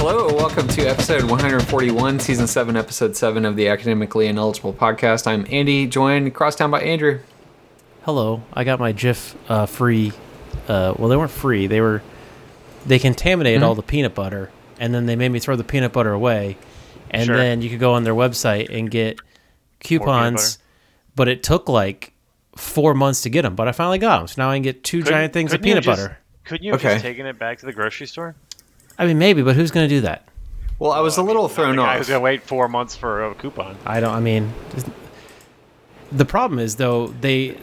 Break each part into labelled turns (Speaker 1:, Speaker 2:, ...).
Speaker 1: welcome to episode 141, season 7, episode 7 of the Academically Ineligible podcast. I'm Andy, joined crosstown by Andrew.
Speaker 2: Hello, I got my GIF uh, free. Uh, well, they weren't free. They were. They contaminated
Speaker 3: Hmm?
Speaker 2: all the peanut butter, and then they made me throw the peanut butter away. And
Speaker 3: Sure.
Speaker 2: then you could go on their website and get coupons, but it took like four months to get them. But I finally got them, so now I can get 2
Speaker 3: Couldn't-
Speaker 2: giant things of
Speaker 3: couldn't you
Speaker 2: peanut
Speaker 3: just-
Speaker 2: butter.
Speaker 3: Couldn't you have
Speaker 1: Okay.
Speaker 3: just taken it back to the grocery store?
Speaker 2: I mean, maybe, but who's going to do that?
Speaker 1: Well, I was a little thrown
Speaker 3: I was
Speaker 1: off.
Speaker 3: gonna wait four months for a coupon.
Speaker 2: I don't. I mean, just- the problem is though they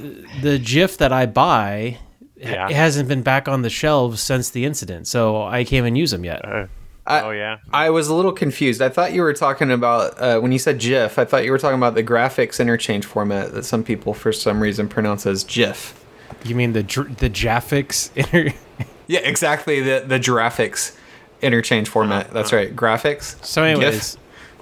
Speaker 2: the GIF that I buy
Speaker 3: Yeah.
Speaker 2: it hasn't been back on the shelves since the incident, so I can't even use them yet.
Speaker 3: Uh,
Speaker 1: I-
Speaker 3: oh yeah,
Speaker 1: I was a little confused. I thought you were talking about, uh, when you said GIF, I thought you were talking about the graphics interchange format that some people, for some reason, pronounce as GIF.
Speaker 2: You mean the dr- the Jaffix inter?
Speaker 1: Yeah, exactly. The, the graphics interchange format.
Speaker 3: Uh-huh,
Speaker 1: That's right. Graphics.
Speaker 2: So,
Speaker 1: GIF.
Speaker 2: anyways,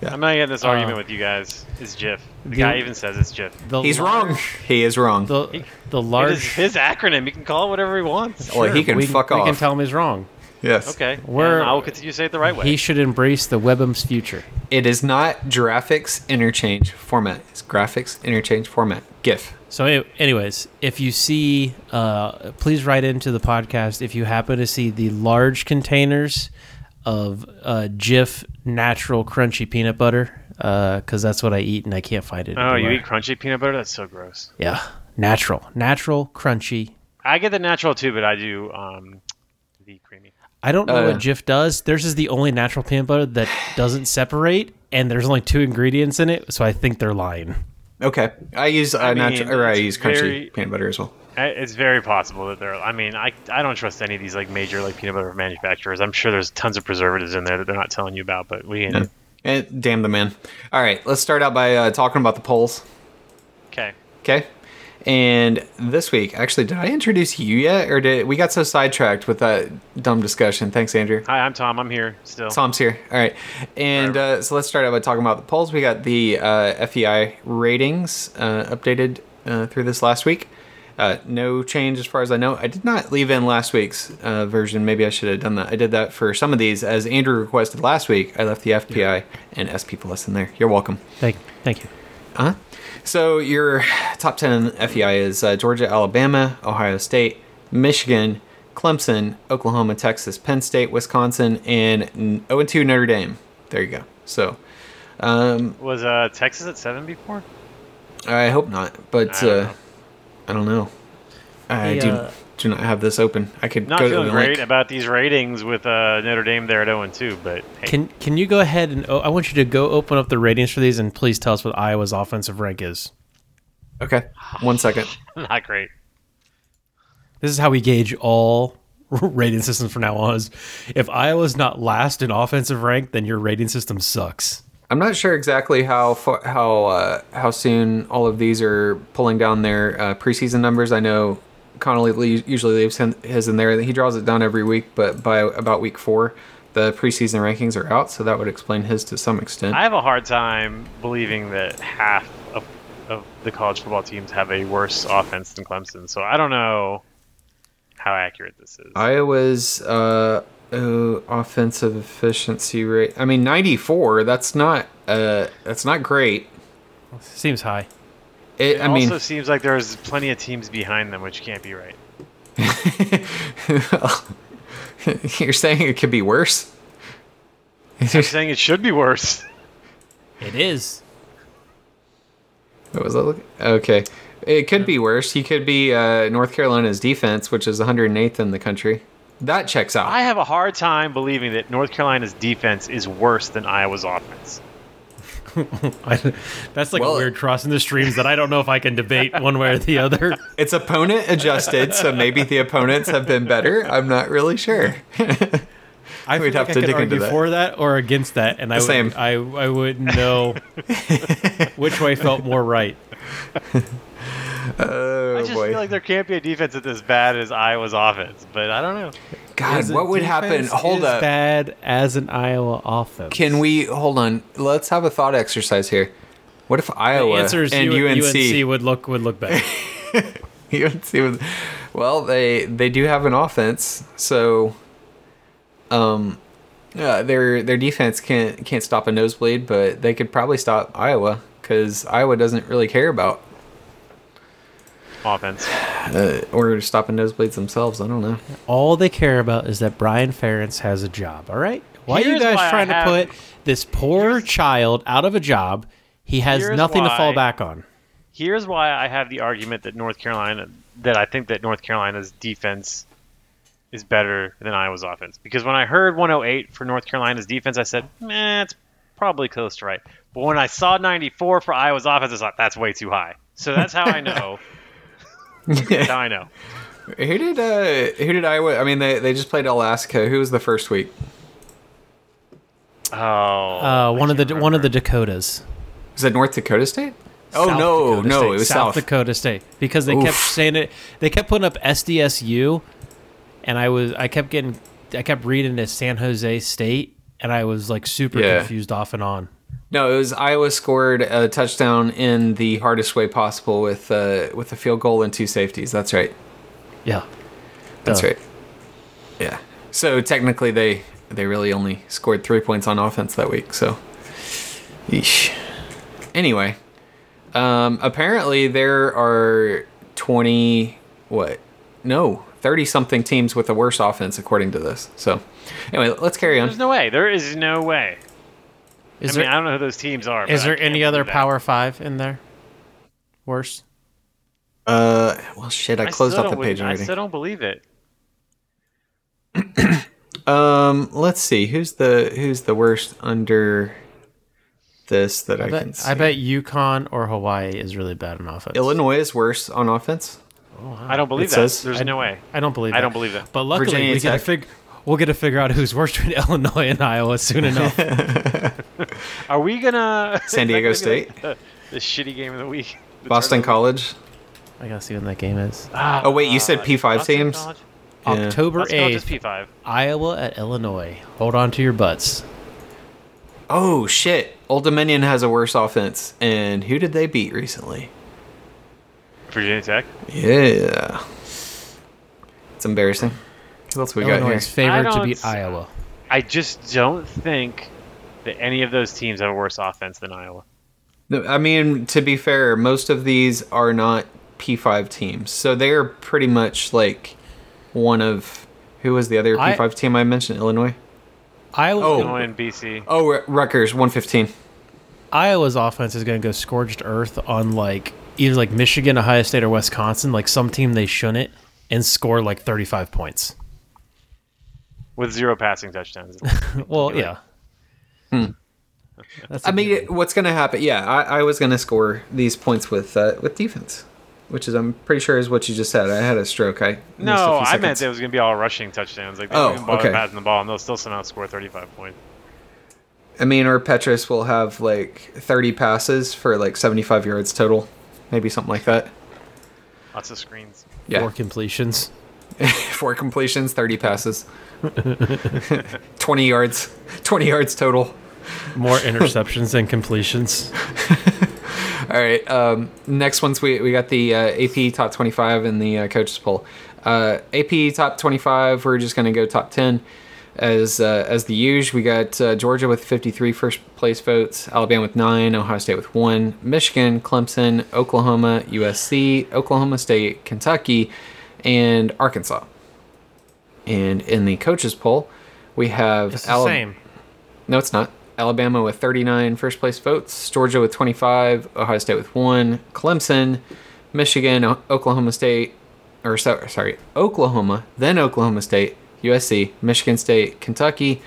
Speaker 3: I'm not getting this argument with you guys. It's
Speaker 2: uh,
Speaker 3: Jif. The
Speaker 2: the-
Speaker 3: guy even says it's Jif.
Speaker 2: the
Speaker 1: He's
Speaker 2: lar-
Speaker 1: wrong. He is wrong.
Speaker 2: The the
Speaker 3: It is
Speaker 2: large.
Speaker 3: his acronym. He can call it whatever he wants.
Speaker 1: well, he can
Speaker 2: we,
Speaker 1: fuck
Speaker 2: we
Speaker 1: off.
Speaker 2: can tell him he's wrong.
Speaker 1: yes.
Speaker 3: Okay,
Speaker 2: We're-
Speaker 3: and I will continue to say it the right way.
Speaker 2: He should embrace the Webm's future.
Speaker 1: It is not graphics interchange format. It's graphics interchange format. GIF.
Speaker 2: So, any- anyways, if you see, uh, please write into the podcast if you happen to see the large containers of uh, Jif natural crunchy peanut butter, because that's what I eat and I can't find it.
Speaker 3: oh, you
Speaker 2: anywhere.
Speaker 3: eat crunchy peanut butter? That's so gross.
Speaker 2: Yeah, natural, natural crunchy.
Speaker 3: I get the natural too, but I do um, the creamy.
Speaker 2: I don't know
Speaker 1: Uh,
Speaker 2: what Jif does. Theirs is the only natural peanut butter that doesn't separate, and there's only two ingredients in it, so I think they're lying.
Speaker 1: Okay. I use uh,
Speaker 3: I mean,
Speaker 1: natural, or I
Speaker 3: it's
Speaker 1: use crunchy
Speaker 3: very-
Speaker 1: peanut butter as well.
Speaker 3: I- It's very possible that there. I mean, I I don't trust any of these like major like peanut butter manufacturers. I'm sure there's tons of preservatives in there that they're not telling you about, but we ain't.
Speaker 1: And Eh, damn the man. All right. Let's start out by uh, talking about the polls.
Speaker 3: Okay.
Speaker 1: Okay. And this week, actually, did I introduce you yet, or did we got so sidetracked with that dumb discussion? Thanks, Andrew.
Speaker 3: Hi, I'm Tom. I'm here still.
Speaker 1: Tom's here. All right. And uh, so let's start out by talking about the polls. We got the uh, FEI ratings uh, updated uh, through this last week. Uh, no change as far as I know. I did not leave in last week's uh, version. Maybe I should have done that. I did that for some of these. As Andrew requested last week, I left the FPI and SP Plus in there. You're welcome.
Speaker 2: Thank, thank you.
Speaker 1: Huh? So your top 10 FEI is uh, Georgia, Alabama, Ohio State, Michigan, Clemson, Oklahoma, Texas, Penn State, Wisconsin, and 0 2 Notre Dame. There you go. So um,
Speaker 3: Was uh, Texas at seven before?
Speaker 1: I hope not, but
Speaker 3: I don't
Speaker 1: uh,
Speaker 3: know.
Speaker 1: I don't know. I
Speaker 2: The,
Speaker 1: do,
Speaker 2: uh,
Speaker 1: do not have this open. I could
Speaker 3: Not
Speaker 1: go to the
Speaker 3: feeling great
Speaker 1: link.
Speaker 3: about these ratings with uh, Notre Dame there at 0 and 2, but hey,
Speaker 2: Can can you go ahead and oh, I want you to go open up the ratings for these and please tell us what Iowa's offensive rank is.
Speaker 1: Okay, one second.
Speaker 3: not great.
Speaker 2: This is how we gauge all rating systems from now on. Is if Iowa's not last in offensive rank, then your rating system sucks.
Speaker 1: I'm not sure exactly how fa- how uh, how soon all of these are pulling down their uh, preseason numbers. I know Connolly le- usually leaves him, his in there. He draws it down every week, but by about week four, the preseason rankings are out, so that would explain his to some extent.
Speaker 3: I have a hard time believing that half of, of the college football teams have a worse offense than Clemson, so I don't know how accurate this is.
Speaker 1: Iowa's uh, uh, offensive efficiency rate. I mean, 94. That's not uh, that's not great.
Speaker 2: Seems high.
Speaker 1: It,
Speaker 3: it
Speaker 1: I
Speaker 3: also
Speaker 1: mean,
Speaker 3: seems like there's plenty of teams behind them, which can't be right.
Speaker 1: you're saying it could be worse.
Speaker 3: I'm saying it should be worse.
Speaker 2: It is.
Speaker 1: What was that? Look? Okay. It could be worse. He could be uh, North Carolina's defense, which is 108th in the country. That checks out.
Speaker 3: I have a hard time believing that North Carolina's defense is worse than Iowa's offense.
Speaker 2: I, that's like
Speaker 1: Well-
Speaker 2: a weird crossing the streams that I don't know if I can debate one way or the other.
Speaker 1: It's opponent adjusted, so maybe the opponents have been better. I'm not really sure.
Speaker 2: I
Speaker 1: We'd
Speaker 2: feel
Speaker 1: have to
Speaker 2: like I could
Speaker 1: dig into
Speaker 2: argue
Speaker 1: that.
Speaker 2: for that or against that, and I
Speaker 1: Same.
Speaker 2: would, I I would know which way felt more right.
Speaker 1: oh
Speaker 3: I just
Speaker 1: boy.
Speaker 3: feel like there can't be a defense that's as bad as Iowa's offense, but I don't know.
Speaker 1: God,
Speaker 2: As a
Speaker 1: what would happen?
Speaker 2: defense
Speaker 1: Hold
Speaker 2: is
Speaker 1: up.
Speaker 2: Bad as an Iowa offense.
Speaker 1: Can we hold on? Let's have a thought exercise here. What if
Speaker 2: the
Speaker 1: Iowa
Speaker 2: answer is
Speaker 1: and
Speaker 2: U-
Speaker 1: UNC?
Speaker 2: UNC would look would look better.
Speaker 1: UNC was, well, they they do have an offense, so um, Uh, their their defense can't can't stop a nosebleed, but they could probably stop Iowa because Iowa doesn't really care about
Speaker 3: Offense.
Speaker 1: uh, or stopping nosebleeds themselves. I don't know.
Speaker 2: All they care about is that Brian Ferentz has a job. All right. Why are you
Speaker 3: Here's why
Speaker 2: guys
Speaker 3: I
Speaker 2: trying to
Speaker 3: have-
Speaker 2: put this poor child out of a job? He has
Speaker 3: Here's
Speaker 2: nothing to fall
Speaker 3: why.
Speaker 2: back on.
Speaker 3: Here's why I have the argument that North Carolina, that I think that North Carolina's defense is better than Iowa's offense. Because when I heard 108 for North Carolina's defense, I said, "Man, it's probably close to right." But when I saw 94 for Iowa's offense, I thought that's way too high. So that's how I know. that's how I know.
Speaker 1: Who did uh, who did Iowa? I mean, they, they just played Alaska. Who was the first week?
Speaker 3: Oh,
Speaker 2: Uh,
Speaker 3: I
Speaker 2: one of the
Speaker 3: can't
Speaker 2: one of the
Speaker 3: remember.
Speaker 2: Dakotas.
Speaker 1: Was it North Dakota State? Oh
Speaker 2: South
Speaker 1: no,
Speaker 2: Dakota
Speaker 1: no,
Speaker 2: State.
Speaker 1: it was
Speaker 2: South
Speaker 1: South.
Speaker 2: Dakota State because they kept
Speaker 1: Oof.
Speaker 2: saying it. They kept putting up SDSU, and I was I kept getting I kept reading to San Jose State, and I was like super
Speaker 1: Yeah.
Speaker 2: confused off and on.
Speaker 1: No, it was Iowa scored a touchdown in the hardest way possible with uh, with a field goal and two safeties. That's right.
Speaker 2: Yeah,
Speaker 1: That's
Speaker 2: Duh.
Speaker 1: right. Yeah. So technically, they they really only scored three points on offense that week. So, Yeesh. Anyway, um, apparently there are twenty what? No, thirty something teams with the worst offense according to this. So, anyway, let's carry on.
Speaker 3: There's no way. There is no way.
Speaker 2: Is
Speaker 3: I mean,
Speaker 2: there
Speaker 3: I don't know who those teams are.
Speaker 2: is
Speaker 3: but I
Speaker 2: there
Speaker 3: can't
Speaker 2: any other
Speaker 3: believe that.
Speaker 2: Power Five in there? Worse.
Speaker 1: Uh, well, shit, I,
Speaker 3: I
Speaker 1: closed
Speaker 3: still
Speaker 1: off the
Speaker 3: don't-
Speaker 1: page
Speaker 3: I
Speaker 1: already.
Speaker 3: still don't believe it.
Speaker 1: Um, let's see who's the who's the worst under this that I,
Speaker 2: I
Speaker 1: can
Speaker 2: bet,
Speaker 1: see.
Speaker 2: I bet UConn or Hawaii is really bad in offense.
Speaker 1: Illinois is worse on offense.
Speaker 3: I don't believe
Speaker 1: It
Speaker 3: that.
Speaker 1: says-
Speaker 3: There's
Speaker 1: I-
Speaker 3: no way.
Speaker 2: I don't believe.
Speaker 3: I
Speaker 2: that.
Speaker 3: don't believe that.
Speaker 2: But luckily,
Speaker 1: Virginia
Speaker 2: we get to
Speaker 1: Tech.
Speaker 2: fig- we'll get to figure out who's worse between Illinois and Iowa soon enough.
Speaker 3: Are we gonna
Speaker 1: San
Speaker 3: is that
Speaker 1: Diego
Speaker 3: gonna be, like,
Speaker 1: State?
Speaker 3: the, the shitty game of the week? The
Speaker 1: Boston
Speaker 3: tournament?
Speaker 1: College.
Speaker 2: I gotta see when that game is.
Speaker 3: Ah,
Speaker 1: Oh, wait, you said P5
Speaker 3: Boston
Speaker 1: teams?
Speaker 3: College?
Speaker 1: Yeah.
Speaker 2: October
Speaker 3: Let's go
Speaker 2: eighth.
Speaker 3: just P5.
Speaker 2: Iowa at Illinois. Hold on to your butts.
Speaker 1: Oh shit! Old Dominion has a worse offense, and who did they beat recently?
Speaker 3: Virginia Tech.
Speaker 1: Yeah, it's embarrassing. Who else we got
Speaker 2: Illinois
Speaker 1: here?
Speaker 2: is favored
Speaker 3: I
Speaker 2: to
Speaker 3: don't
Speaker 2: beat
Speaker 3: s-
Speaker 2: Iowa.
Speaker 3: I just don't think that any of those teams have a worse offense than Iowa.
Speaker 1: No, I mean, to be fair, most of these are not P5 teams, so they are pretty much like one of who was the other
Speaker 2: I-
Speaker 1: P5 team I mentioned? Illinois.
Speaker 2: Iowa.
Speaker 1: Oh.
Speaker 3: Illinois and BC.
Speaker 1: Oh, Ru- Rutgers, one fifteen.
Speaker 2: Iowa's offense is going to go scorched earth on like either like Michigan, Ohio State, or Wisconsin, like some team they shouldn't, and score like thirty-five points.
Speaker 3: with zero passing touchdowns.
Speaker 2: Well, yeah.
Speaker 1: Hmm.
Speaker 2: That's
Speaker 1: I mean, what's going to happen? Yeah, I, I was going to score these points with uh, with defense, which is I'm pretty sure is what you just said. I had a stroke. I missed a
Speaker 3: no,
Speaker 1: few
Speaker 3: I meant
Speaker 1: seconds.
Speaker 3: there was going to be all rushing touchdowns. Like they
Speaker 1: Oh,
Speaker 3: didn't bother
Speaker 1: okay.
Speaker 3: passing the ball, and they'll still somehow score 35 points.
Speaker 1: I mean, or Petrus will have like 30 passes for like 75 yards total, maybe something like that.
Speaker 3: Lots of screens.
Speaker 1: Yeah,
Speaker 2: four completions.
Speaker 1: four completions, 30 passes, 20 yards, 20 yards total.
Speaker 2: More interceptions than completions.
Speaker 1: All right. Um, next ones we we got the uh, AP top 25 and the uh, coaches poll. Uh, AP top 25. We're just gonna go top 10 as uh, as the usual. We got uh, Georgia with 53 first place votes, Alabama with nine, Ohio State with one, Michigan, Clemson, Oklahoma, USC, Oklahoma State, Kentucky, and Arkansas. And in the coaches poll, we have
Speaker 2: It's the
Speaker 1: Alab-
Speaker 2: same.
Speaker 1: no, it's not. Alabama with 39 first place votes, Georgia with 25, Ohio State with 1, Clemson, Michigan, O- Oklahoma State, or so, sorry, Oklahoma, then Oklahoma State, USC, Michigan State, Kentucky,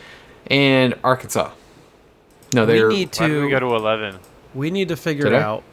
Speaker 1: and Arkansas. No,
Speaker 2: We
Speaker 1: they're
Speaker 2: need
Speaker 3: Why did we go
Speaker 2: to.
Speaker 3: to 11?
Speaker 2: We need to figure
Speaker 1: Did I?
Speaker 2: out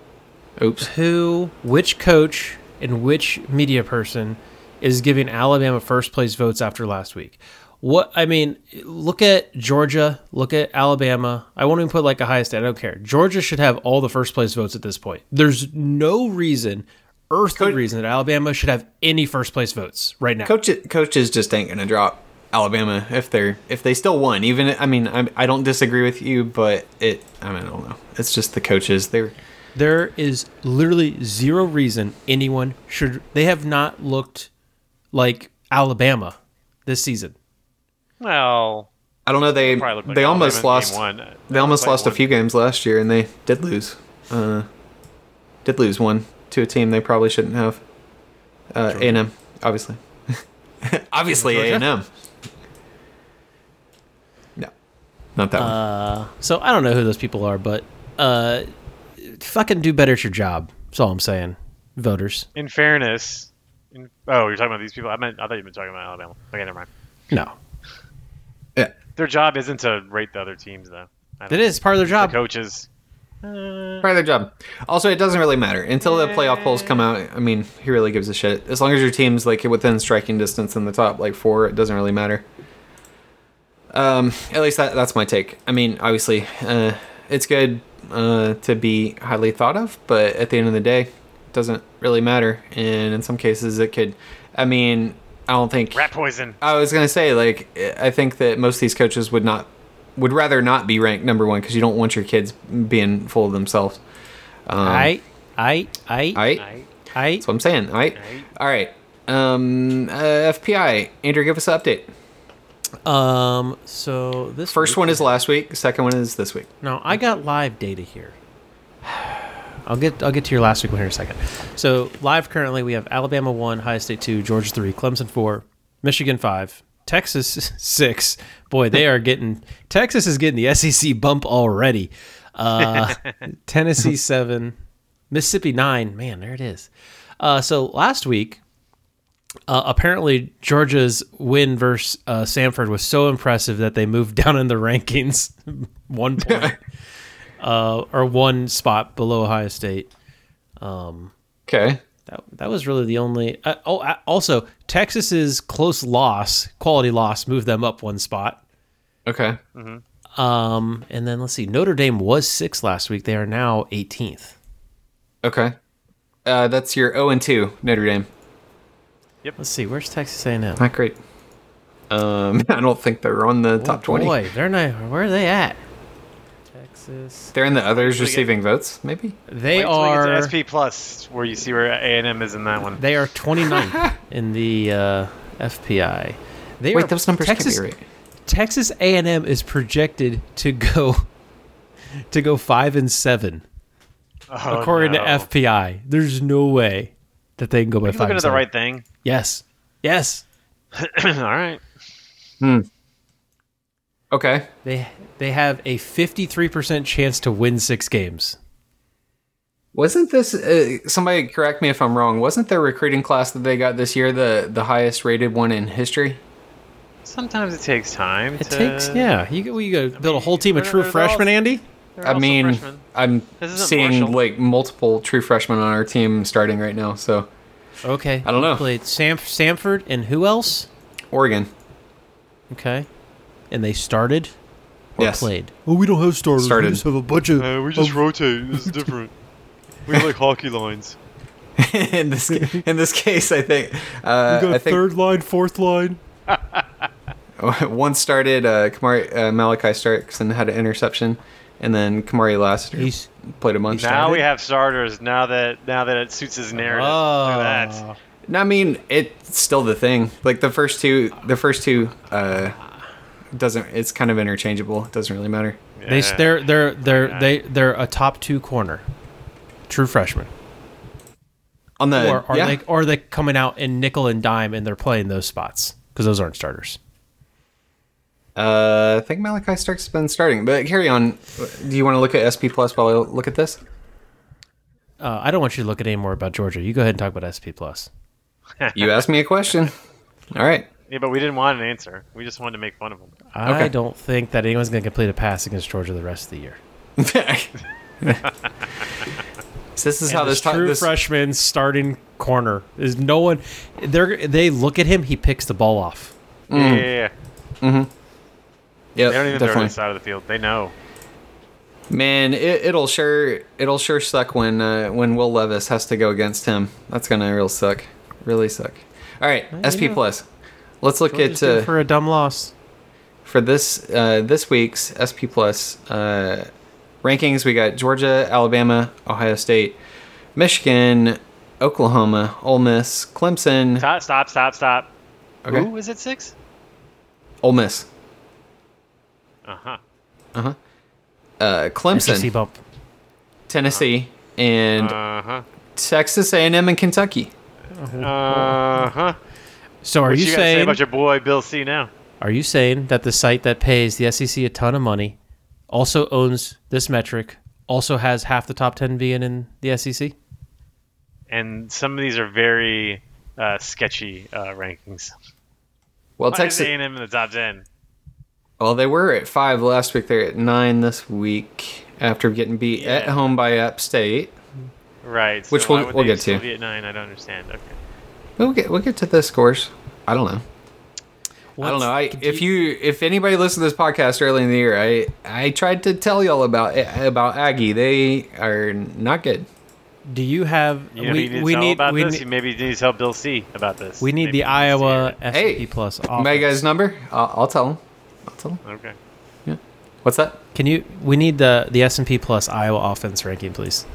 Speaker 1: oops.
Speaker 2: who, which coach, and which media person is giving Alabama first place votes after last week. What I mean, look at Georgia, look at Alabama. I won't even put like Ohio State. I don't care. Georgia should have all the first place votes at this point. There's no reason, earthly reason, that Alabama should have any first place votes right now.
Speaker 1: Coach, coaches just ain't gonna drop Alabama if they're if they still won. Even I mean I, I don't disagree with you, but it I mean I don't know. It's just the coaches. They're
Speaker 2: There is literally zero reason anyone should. They have not looked like Alabama this season.
Speaker 3: Well,
Speaker 1: I don't know. They
Speaker 3: Probably looked like
Speaker 1: they
Speaker 3: Alabama
Speaker 1: almost
Speaker 3: in game
Speaker 1: lost.
Speaker 3: One.
Speaker 1: They almost
Speaker 3: Played
Speaker 1: lost
Speaker 3: one.
Speaker 1: a few games last year, and they did lose. Uh, did lose one to a team they probably shouldn't have. Uh, A and M, obviously. obviously, A
Speaker 2: Georgia?
Speaker 1: and M. No, not that one.
Speaker 2: Uh, so I don't know who those people are, but uh, fucking do better at your job. That's all I'm saying, voters.
Speaker 3: In fairness, in, oh, you're talking about these people. I meant I thought you were talking about Alabama. Okay, never mind.
Speaker 2: No,
Speaker 1: Yeah.
Speaker 3: Their job isn't to rate the other teams, though. I
Speaker 2: that
Speaker 3: don't-
Speaker 2: is part of their
Speaker 3: the
Speaker 2: job.
Speaker 3: coaches.
Speaker 1: Part of their job. Also, it doesn't really matter until the playoff polls come out. I mean, who really gives a shit? As long as your team's like within striking distance in the top like four, it doesn't really matter. Um, at least that, that's my take. I mean, obviously, uh, it's good uh, to be highly thought of, but at the end of the day, it doesn't really matter. And in some cases, it could. I mean, I don't think.
Speaker 3: Rat poison.
Speaker 1: I was gonna say, like, I think that most of these coaches would not, would rather not be ranked number one because you don't want your kids being full of themselves. Um,
Speaker 2: I, I, I,
Speaker 1: all right,
Speaker 3: I,
Speaker 2: I.
Speaker 1: that's what I'm saying. All right, all right. Um, uh, FPI, Andrew, give us an update.
Speaker 2: Um. So this
Speaker 1: First
Speaker 2: week-
Speaker 1: one is last week. Second one is this week.
Speaker 2: No, I got live data here. I'll get I'll get to your last week one here in a second. So live currently we have Alabama one, Ohio State two, Georgia three, Clemson four, Michigan five, Texas six. Boy, they are getting Texas is getting the SEC bump already. Uh, Tennessee seven, Mississippi nine. Man, there it is. Uh, so last week uh, apparently Georgia's win versus uh, Sanford was so impressive that they moved down in the rankings one point uh, or one spot below Ohio State.
Speaker 1: Okay.
Speaker 2: That that was really the only. Uh, oh, uh, also Texas's close loss, quality loss, moved them up one spot.
Speaker 1: Okay.
Speaker 2: Um, and then let's see, Notre Dame was sixth last week. They are now 18th.
Speaker 1: Okay. Uh, that's your 0 and 2 Notre Dame.
Speaker 2: Let's see, where's Texas A&M?
Speaker 1: Not Ah, great. Oh, Um, I don't think they're on the top 20.
Speaker 2: Boy, they're not. Where are they at? Texas.
Speaker 1: They're in the others
Speaker 3: Wait till we get-
Speaker 1: receiving votes, maybe.
Speaker 2: They
Speaker 3: Wait till we get to
Speaker 2: are.
Speaker 3: SP plus where you see where A and M is in that one.
Speaker 2: They are 29th in the uh, FPI. They are,
Speaker 1: Wait, those numbers
Speaker 2: Texas,
Speaker 1: can't be right.
Speaker 2: Texas A&M is projected to go to go 5 and 7
Speaker 3: Oh,
Speaker 2: according
Speaker 3: no.
Speaker 2: to FPI. There's no way that they can go by
Speaker 3: Are you
Speaker 2: 5. and
Speaker 3: looking at the
Speaker 2: seven.
Speaker 3: right thing.
Speaker 2: Yes. Yes.
Speaker 3: All right.
Speaker 1: Okay.
Speaker 2: They they have a 53% chance to win 6 games.
Speaker 1: Wasn't this uh, somebody correct me if I'm wrong? Wasn't their recruiting class that they got this year the the highest rated one in history?
Speaker 3: Sometimes it takes time.
Speaker 2: It
Speaker 3: to,
Speaker 2: takes yeah, you go you go build a whole team of
Speaker 3: they're-
Speaker 2: true
Speaker 3: they're all-
Speaker 2: freshmen, Andy?
Speaker 3: They're
Speaker 1: I
Speaker 3: also
Speaker 1: mean,
Speaker 3: freshmen.
Speaker 1: I'm
Speaker 3: This isn't
Speaker 1: seeing
Speaker 3: Marshall.
Speaker 1: like multiple true freshmen on our team starting right now. So
Speaker 2: Okay.
Speaker 1: I don't know.
Speaker 2: Played Sam Samford and who else?
Speaker 1: Oregon,
Speaker 2: Okay. And they started or
Speaker 1: yes,
Speaker 2: played.
Speaker 4: Well, we don't have starters.
Speaker 1: Started.
Speaker 4: We just have a bunch of.
Speaker 5: Uh, we just
Speaker 1: oh,
Speaker 5: rotate. This is different. we like hockey lines.
Speaker 1: in this in this case, I think
Speaker 4: we
Speaker 1: uh,
Speaker 4: got
Speaker 1: I think
Speaker 4: third line, fourth line.
Speaker 1: one started uh, Kamari, uh, Malachi Starks and had an interception, and then Kamari Lassiter
Speaker 2: He's
Speaker 1: played a bunch.
Speaker 3: now we have starters. Now that now that it suits his narrative. Look at that.
Speaker 2: Oh.
Speaker 1: No, I mean it's still the thing. Like the first two, the first two uh, doesn't. It's kind of interchangeable. It doesn't really matter.
Speaker 2: They
Speaker 3: Yeah.
Speaker 2: they're they're they're they they're a top two corner, true freshman.
Speaker 1: On the
Speaker 2: Or are
Speaker 1: Uh, yeah,
Speaker 2: they are they coming out in nickel and dime and they're playing those spots because those aren't starters.
Speaker 1: uh, I think Malachi Starks has been starting. But carry on. Do you want to look at SP Plus while I look at this?
Speaker 2: Uh, I don't want you to look at any more about Georgia. You go ahead and talk about SP plus.
Speaker 1: You asked me a question. All right.
Speaker 3: Yeah, but we didn't want an answer. We just wanted to make fun of him.
Speaker 2: I
Speaker 1: Okay.
Speaker 2: don't think that anyone's going to complete a pass against Georgia the rest of the year.
Speaker 1: So this is how
Speaker 2: And
Speaker 1: this,
Speaker 2: this true
Speaker 1: time. this
Speaker 2: freshman starting corner is no one. They they look at him. He picks the ball off.
Speaker 3: Yeah, yeah, yeah.
Speaker 1: yeah,
Speaker 3: They don't even throw it
Speaker 1: definitely.
Speaker 3: inside of the field. They know.
Speaker 1: Man, it, it'll sure it'll sure suck when uh, when Will Levis has to go against him. That's gonna real suck, really suck. All right, SP
Speaker 2: yeah.
Speaker 1: Plus. Let's look
Speaker 2: Georgia's
Speaker 1: at
Speaker 2: due
Speaker 1: uh, for-,
Speaker 2: for a dumb loss.
Speaker 1: this uh, this week's SP Plus uh, rankings. We got Georgia, Alabama, Ohio State, Michigan, Oklahoma, Ole Miss, Clemson.
Speaker 3: Stop, stop, stop, stop.
Speaker 1: Okay,
Speaker 3: Who is it? Six?
Speaker 1: Ole Miss.
Speaker 3: Uh huh.
Speaker 1: uh,
Speaker 2: SEC
Speaker 1: Clemson,
Speaker 2: bump.
Speaker 1: Tennessee, and
Speaker 3: Uh
Speaker 2: Uh-huh.
Speaker 3: huh.
Speaker 1: Texas A&M and Kentucky.
Speaker 3: Uh huh.
Speaker 2: So are
Speaker 3: What
Speaker 2: you,
Speaker 3: you, gotta say
Speaker 2: saying
Speaker 3: about your boy Bill C now?
Speaker 2: are you saying that the site that pays the SEC a ton of money also owns this metric, also has half the top ten being in the E SEC?
Speaker 3: And some of these are very uh, sketchy uh, rankings.
Speaker 1: Well,
Speaker 3: Why is
Speaker 1: Texas.
Speaker 3: A&M in the top ten?
Speaker 1: Well, they were at five last week. They're at nine this week after getting beat at
Speaker 3: Yeah.
Speaker 1: home by App State.
Speaker 3: Right. so
Speaker 1: Which
Speaker 3: why
Speaker 1: we'll-
Speaker 3: would
Speaker 1: we'll
Speaker 3: they
Speaker 1: get to.
Speaker 3: still be at nine, I don't understand. Okay.
Speaker 1: We'll get we'll get to the scores. I don't know. I don't
Speaker 2: What's-
Speaker 1: know. I,
Speaker 2: do
Speaker 1: if you if anybody listened to this podcast early in the year, I I tried to tell y'all about about Aggie. They are not good.
Speaker 2: do you have
Speaker 3: You know,
Speaker 2: we,
Speaker 3: you need to
Speaker 2: we
Speaker 3: know
Speaker 2: need
Speaker 3: about
Speaker 2: we
Speaker 3: this.
Speaker 2: need-
Speaker 3: You maybe need to tell Bill C about this.
Speaker 2: We need
Speaker 3: Maybe
Speaker 2: the
Speaker 3: he needs to
Speaker 2: Iowa
Speaker 3: hear
Speaker 2: SEC
Speaker 1: Hey,
Speaker 2: plus.
Speaker 1: My
Speaker 2: offense.
Speaker 1: guy's number. I'll, I'll tell him. I'll tell him.
Speaker 3: it. Okay.
Speaker 1: What's that?
Speaker 2: Can you? We need the the S and P plus Iowa offense ranking, please.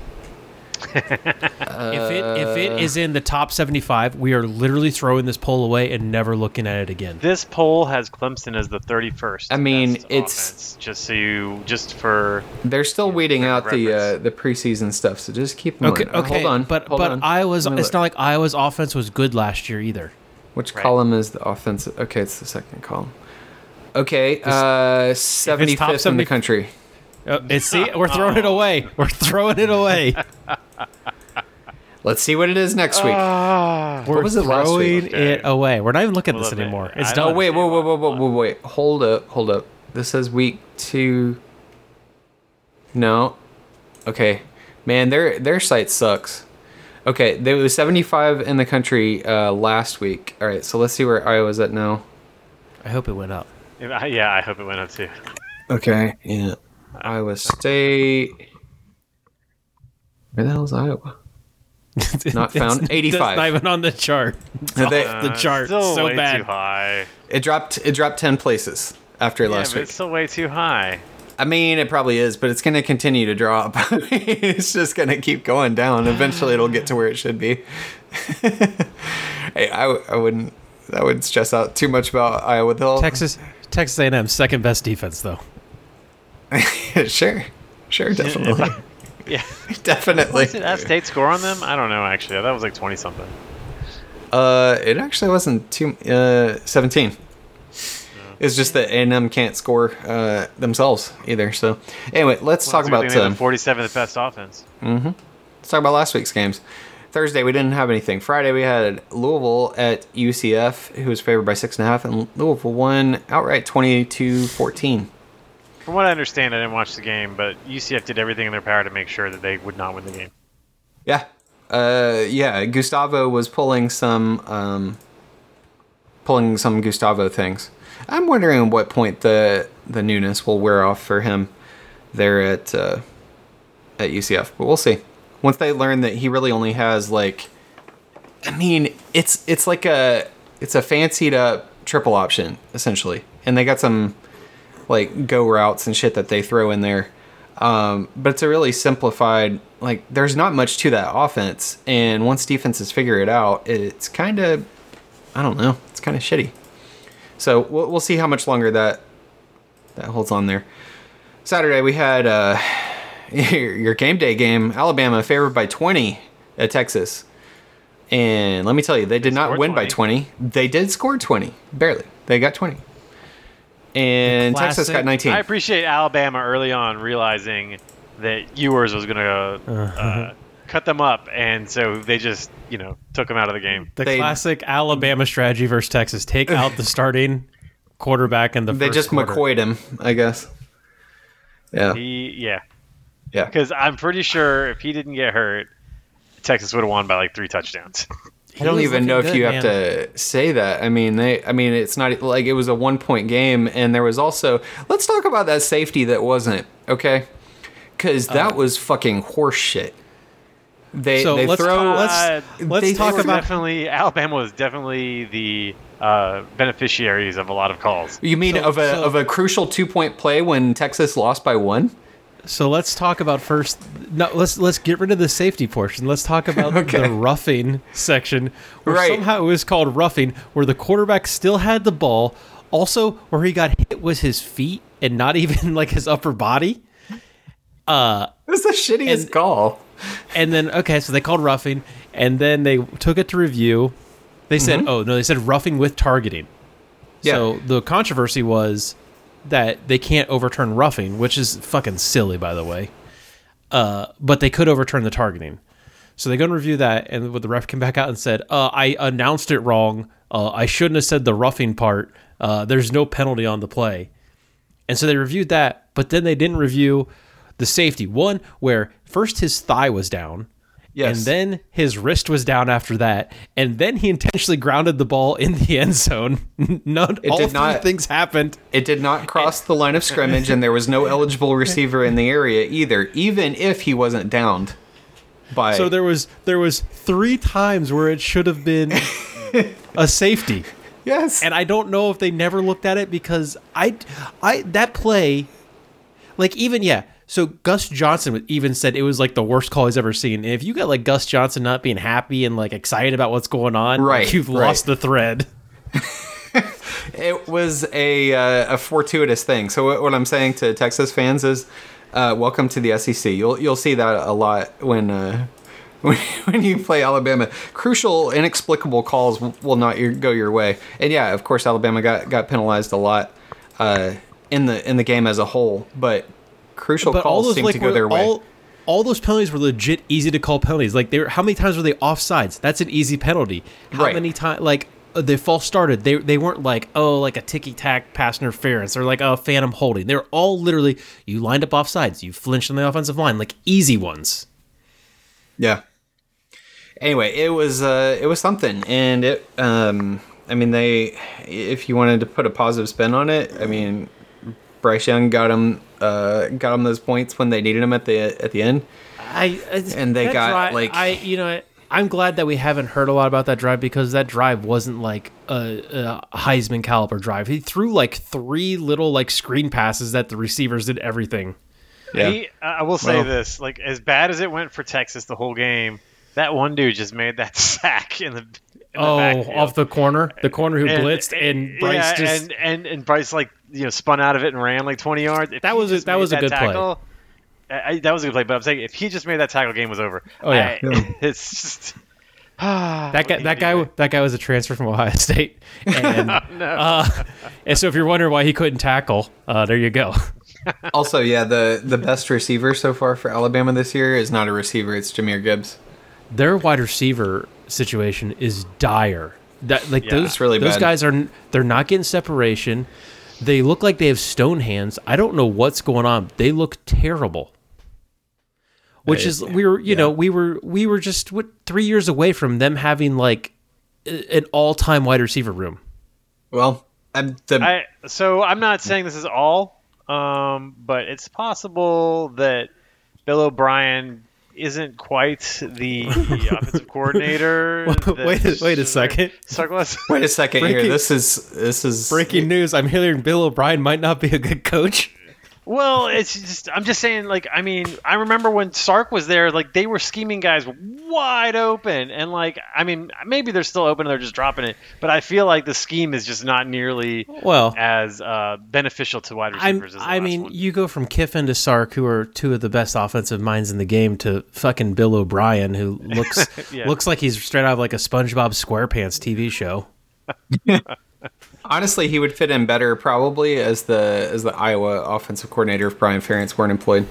Speaker 2: if it if it is in the top seventy five, we are literally throwing this poll away and never looking at it again.
Speaker 3: This poll has Clemson as the 31st.
Speaker 1: I mean,
Speaker 3: best
Speaker 1: it's-
Speaker 3: offense, just so you just for
Speaker 1: They're still weeding out the uh,
Speaker 3: reference.
Speaker 1: the preseason stuff, so just keep in
Speaker 2: Okay,
Speaker 1: mind. Uh,
Speaker 2: okay,
Speaker 1: hold on.
Speaker 2: but
Speaker 1: hold
Speaker 2: but
Speaker 1: on.
Speaker 2: Iowa's
Speaker 1: Let me
Speaker 2: it's
Speaker 1: look.
Speaker 2: not like Iowa's offense was good last year either.
Speaker 1: Which
Speaker 3: Right.
Speaker 1: column is the offensive? Okay, it's the second column. Okay, uh, seventy fifth
Speaker 2: top
Speaker 1: in the
Speaker 2: 75
Speaker 1: country.
Speaker 2: Uh, it's see, we're throwing it away. We're throwing it away.
Speaker 1: Let's see what it is next week.
Speaker 2: We're
Speaker 1: was it last
Speaker 2: throwing
Speaker 1: week?
Speaker 3: Okay.
Speaker 2: it away. We're not even looking at this
Speaker 3: Well, then,
Speaker 2: anymore.
Speaker 3: I
Speaker 2: It's
Speaker 3: don't-
Speaker 1: oh
Speaker 2: done.
Speaker 1: wait, whoa, whoa, whoa, whoa, whoa, wait. Hold up, hold up. This says week two. No. Okay, man, their their site sucks. Okay, there was seventy five in the country uh, last week. All right, so let's see where Iowa's at now.
Speaker 2: I hope it went up.
Speaker 3: yeah. I hope it went up too.
Speaker 1: Okay. Yeah. Iowa State. Where the hell is Iowa? Not found.
Speaker 2: It's-
Speaker 1: 85.
Speaker 2: That's not even on the chart.
Speaker 1: No, they-
Speaker 2: the chart
Speaker 3: Uh, still
Speaker 2: so
Speaker 3: way
Speaker 2: bad.
Speaker 3: too high.
Speaker 1: it dropped. It dropped ten places after
Speaker 3: Yeah,
Speaker 1: last
Speaker 3: but
Speaker 1: week.
Speaker 3: it's still way too high.
Speaker 1: I mean, it probably is, but it's going to continue to drop. it's just going to keep going down. Eventually, it'll get to where it should be. hey, I, I wouldn't. I would not stress out too much about Iowa. They'll
Speaker 2: Texas Texas A&M second best defense though.
Speaker 1: sure, sure, definitely,
Speaker 3: Yeah.
Speaker 1: definitely.
Speaker 3: Did App State score on them? I don't know. Actually, that was like 20 something.
Speaker 1: Uh, it actually wasn't too uh seventeen. It's just that A&M can't score uh, themselmes either. So anyway, let's talk about
Speaker 3: the
Speaker 1: um,
Speaker 3: 47th best offense.
Speaker 1: let's talk about last week's games. Thursday we didn't have anything. Friday we had Louisville at UCF, who was favored by six and a half, and Louisville won outright 22-14.
Speaker 3: From what I understand, I didn't watch the game, but UCF did everything in their power to make sure that they would not win the game.
Speaker 1: Yeah. Uh, yeah, Gustavo was pulling some um, pulling some Gustavo things. I'm wondering what point the the newness will wear off for him there at uh, at UCF, but we'll see. Once they learn that he really only has like I mean, it's it's like a it's a fancied up triple option essentially. And they got some like go routes and shit that they throw in there. Um, but it's a really simplified like there's not much to that offense and once defenses figure it out, it's kind of I don't know, it's kind of shitty. So we'll we'll see how much longer that that holds on there. Saturday we had uh your, your game day game, Alabama favored by 20 at Texas. And let me tell you, they did not
Speaker 3: scored
Speaker 1: win by 20. They did score 20, barely. They got 20. And Texas
Speaker 2: classic-
Speaker 1: got 19.
Speaker 3: I appreciate Alabama early on realizing that Ewers was going
Speaker 2: Uh-huh.
Speaker 3: to uh, cut them up, and so they just, you know, took them out of the game.
Speaker 2: The
Speaker 1: They-
Speaker 2: classic Alabama strategy versus Texas: take out the starting quarterback and the
Speaker 1: They
Speaker 2: first
Speaker 1: just
Speaker 2: quarter.
Speaker 1: McCoyed him, I guess. Yeah.
Speaker 3: He, yeah,
Speaker 1: Yeah.
Speaker 3: because I'm pretty sure if he didn't get hurt, Texas would have won by like three touchdowns.
Speaker 1: I don't
Speaker 2: was
Speaker 1: even know if
Speaker 2: looking
Speaker 1: you
Speaker 2: good,
Speaker 1: have to say that. I mean, they. I mean, it's not like it was a one-point game, and there was also. Let's talk about that safety that wasn't okay, because
Speaker 2: Uh,
Speaker 1: that was fucking horseshit. They
Speaker 2: So
Speaker 1: they
Speaker 2: let's
Speaker 1: throw.
Speaker 2: talk- Uh, let's- let's
Speaker 3: they
Speaker 2: talk
Speaker 3: were
Speaker 2: about-
Speaker 3: definitely Alabama was definitely the uh, beneficiaries of a lot of calls.
Speaker 1: you mean
Speaker 2: so-
Speaker 1: of a
Speaker 2: so-
Speaker 1: of a crucial two-point play when Texas lost by one?
Speaker 2: So let's talk about first. No, let's let's get rid of the safety portion. Let's talk about
Speaker 1: Okay.
Speaker 2: the roughing section, where
Speaker 1: Right.
Speaker 2: somehow it was called roughing, where the quarterback still had the ball. Also, where he got hit was his feet, and not even like his upper body. Uh,
Speaker 1: That's the shittiest
Speaker 2: And-
Speaker 1: call.
Speaker 2: and then okay, so they called roughing, and then they took it to review. They said, "Oh no," they said roughing with targeting.
Speaker 1: Yeah.
Speaker 2: So the controversy was that they can't overturn roughing, which is fucking silly, by the way. Uh, but they could overturn the targeting. So they go and review that, and when the ref came back out and said, uh, "I announced it wrong. Uh, I shouldn't have said the roughing part. Uh, there's no penalty on the play." And so they reviewed that, but then they didn't review the safety one where first his thigh was down.
Speaker 1: Yes.
Speaker 2: And then his wrist was down after that, and then he intentionally grounded the ball in the end zone. None, all
Speaker 1: did
Speaker 2: three
Speaker 1: not-
Speaker 2: things happened.
Speaker 1: It did not cross the line of scrimmage, and there was no eligible receiver in the area either, even if he wasn't downed. By
Speaker 2: So there was there was three times where it should have been a safety.
Speaker 1: yes,
Speaker 2: and I don't know if they never looked at it because I, I that play, like even yeah. So Gus Johnson even said it was like the worst call he's ever seen. And if you got like Gus Johnson not being happy and like excited about what's going on, like,
Speaker 1: Right,
Speaker 2: you've
Speaker 1: right.
Speaker 2: lost the thread.
Speaker 1: it was a uh, a fortuitous thing. So what, what I'm saying to Texas fans is, uh, welcome to the SEC. You'll you'll see that a lot when. Uh, when, when you play Alabama, crucial, inexplicable calls w- will not your, go your way. And yeah, of course, Alabama got, got penalized a lot uh, in the in the game as a whole, but crucial
Speaker 2: But all
Speaker 1: calls
Speaker 2: those
Speaker 1: seem
Speaker 2: like
Speaker 1: to go
Speaker 2: were
Speaker 1: their way.
Speaker 2: all. All those penalties were legit easy to call penalties. Like, they were, how many times were they offsides? That's an easy penalty. How
Speaker 1: Right.
Speaker 2: many times? Like, uh, they false started. They they weren't like oh like a ticky tack pass interference or like a phantom holding. They're all literally you lined up offsides. You flinched on the offensive line like easy ones.
Speaker 1: Yeah. Anyway, it was uh, it was something, and it um, I mean they, if you wanted to put a positive spin on it, I mean Bryce Young got him uh, got him those points when they needed him at the at the end.
Speaker 2: I it's-
Speaker 1: And they
Speaker 2: that
Speaker 1: got,
Speaker 2: drive-
Speaker 1: like-
Speaker 2: I you know I'm glad that we haven't heard a lot about that drive because that drive wasn't like a, a Heisman caliber drive. He threw like three little like screen passes that the receivers did everything.
Speaker 3: He, I I will say
Speaker 1: Well-
Speaker 3: this: like as bad as it went for Texas the whole game, that one dude just made that sack in the. In the
Speaker 2: Oh,
Speaker 3: backfield.
Speaker 2: off the corner, the corner who blitzed, and, Bryce
Speaker 3: yeah,
Speaker 2: just
Speaker 3: and, and and Bryce like you know spun out of it and ran like twenty yards. If
Speaker 2: That
Speaker 3: he
Speaker 2: was a-
Speaker 3: just
Speaker 2: that
Speaker 3: made
Speaker 2: was a good play.
Speaker 3: tackle, play. I, I- that was a good play, but I'm saying if he just made that tackle, game was over.
Speaker 2: Oh, yeah.
Speaker 3: I-
Speaker 1: Yeah.
Speaker 3: it's just
Speaker 2: that guy that guy that guy was a transfer from Ohio State,
Speaker 3: Oh,
Speaker 2: and uh, and so if you're wondering why he couldn't tackle, uh, there you go.
Speaker 3: uh,
Speaker 1: also, yeah, the the best receiver so far for Alabama this year is not a receiver; it's Jameer Gibbs.
Speaker 2: Their wide receiver situation is dire. That like those
Speaker 1: It's really
Speaker 2: those
Speaker 1: bad.
Speaker 2: guys are n- they're not getting separation. They look like they have stone hands. I don't know what's going on. They look terrible. Which
Speaker 1: Uh,
Speaker 2: is we were you know we were we were just what three years away from them having like a- an all time wide receiver room.
Speaker 1: Well, I'm the
Speaker 3: I, so I'm not saying this is all, um, but it's possible that Bill O'Brien isn't quite the offensive coordinator. that
Speaker 2: Wait a- wait a second.
Speaker 3: Sark was.
Speaker 1: wait a second here.
Speaker 2: Breaking-
Speaker 1: This is this is
Speaker 2: Breaking news: I'm hearing Bill O'Brien might not be a good coach.
Speaker 3: Well, it's just I'm just saying. Like, I mean, I remember when Sark was there. Like, they were scheming guys wide open, and like, I mean, maybe they're still open and they're just dropping it. But I feel like the scheme is just not nearly
Speaker 2: Well,
Speaker 3: as uh, beneficial to wide
Speaker 2: I'm,
Speaker 3: receivers. as the
Speaker 2: I
Speaker 3: last
Speaker 2: mean,
Speaker 3: one.
Speaker 2: you go from Kiffin to Sark, who are two of the best offensive minds in the game, to fucking Bill O'Brien, who looks
Speaker 3: Yeah.
Speaker 2: looks like he's straight out of like a SpongeBob SquarePants TV show.
Speaker 1: honestly he would fit in better probably as the as the Iowa offensive coordinator if Brian Ferentz weren't employed.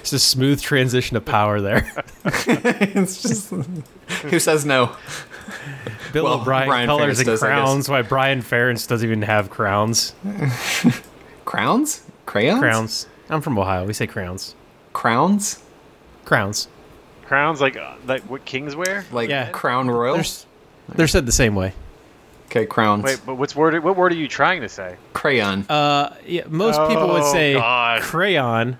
Speaker 2: It's a smooth transition of power there.
Speaker 1: it's just who says no.
Speaker 2: Bill
Speaker 1: Well,
Speaker 2: O'Brien
Speaker 1: Brian
Speaker 2: colors
Speaker 1: Ferentz
Speaker 2: and
Speaker 1: does, I guess.
Speaker 2: crowns. Why Brian Ferentz doesn't even have crowns?
Speaker 1: Crowns? Crayons?
Speaker 2: Crowns. I'm from Ohio. We say crowns.
Speaker 1: Crowns?
Speaker 2: Crowns.
Speaker 3: crowns like uh, like what kings wear.
Speaker 1: Like
Speaker 2: Yeah.
Speaker 1: crown royal?
Speaker 2: They're, s- they're said the same way.
Speaker 1: Okay, crowns.
Speaker 3: Wait, but what's word? What word are you trying to say?
Speaker 1: Crayon.
Speaker 2: Uh, yeah, most people would
Speaker 3: Oh,
Speaker 2: say
Speaker 3: God.
Speaker 2: crayon.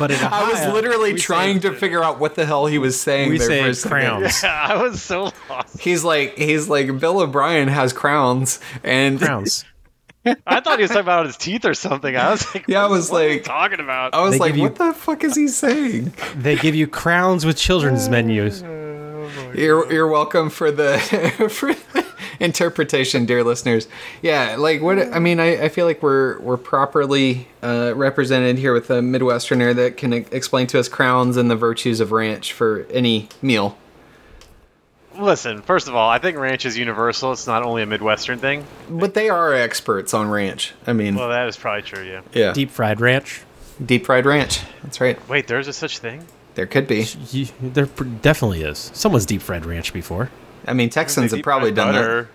Speaker 2: but in Ohio,
Speaker 1: I was literally
Speaker 2: we say-
Speaker 1: trying to figure out what the hell he was saying
Speaker 2: we
Speaker 1: there for
Speaker 2: say
Speaker 1: a second.
Speaker 2: crowns.
Speaker 3: I was so lost.
Speaker 1: He's like he's like Bill O'Brien has crowns and
Speaker 2: Crowns.
Speaker 3: I thought he was talking about his teeth or something. I was like,
Speaker 1: Yeah, I
Speaker 3: what-
Speaker 1: was
Speaker 3: what are you
Speaker 1: like-
Speaker 3: talking about.
Speaker 1: I was
Speaker 2: They
Speaker 1: like,
Speaker 2: give you-
Speaker 1: what the fuck is he saying?
Speaker 2: They give you crowns with children's menus.
Speaker 1: You're, you're welcome for the for the interpretation, dear listeners. Yeah, like what I mean, I, I feel like we're we're properly uh, represented here with a Midwesterner that can e- explain to us crowns and the virtues of ranch for any meal.
Speaker 3: Listen, first of all, I think ranch is universal. It's not only a Midwestern thing.
Speaker 1: But they are experts on ranch. I mean,
Speaker 3: Well, that is probably true, yeah.
Speaker 1: yeah, deep,
Speaker 2: Deep fried ranch.
Speaker 1: deep fried ranch. That's right.
Speaker 3: Wait, there's a such thing?
Speaker 1: There could be.
Speaker 2: You, there pr- definitely is. Someone's deep fried ranch before.
Speaker 1: I mean, Texans have
Speaker 3: Deep
Speaker 1: probably
Speaker 3: fried
Speaker 1: done
Speaker 3: butter.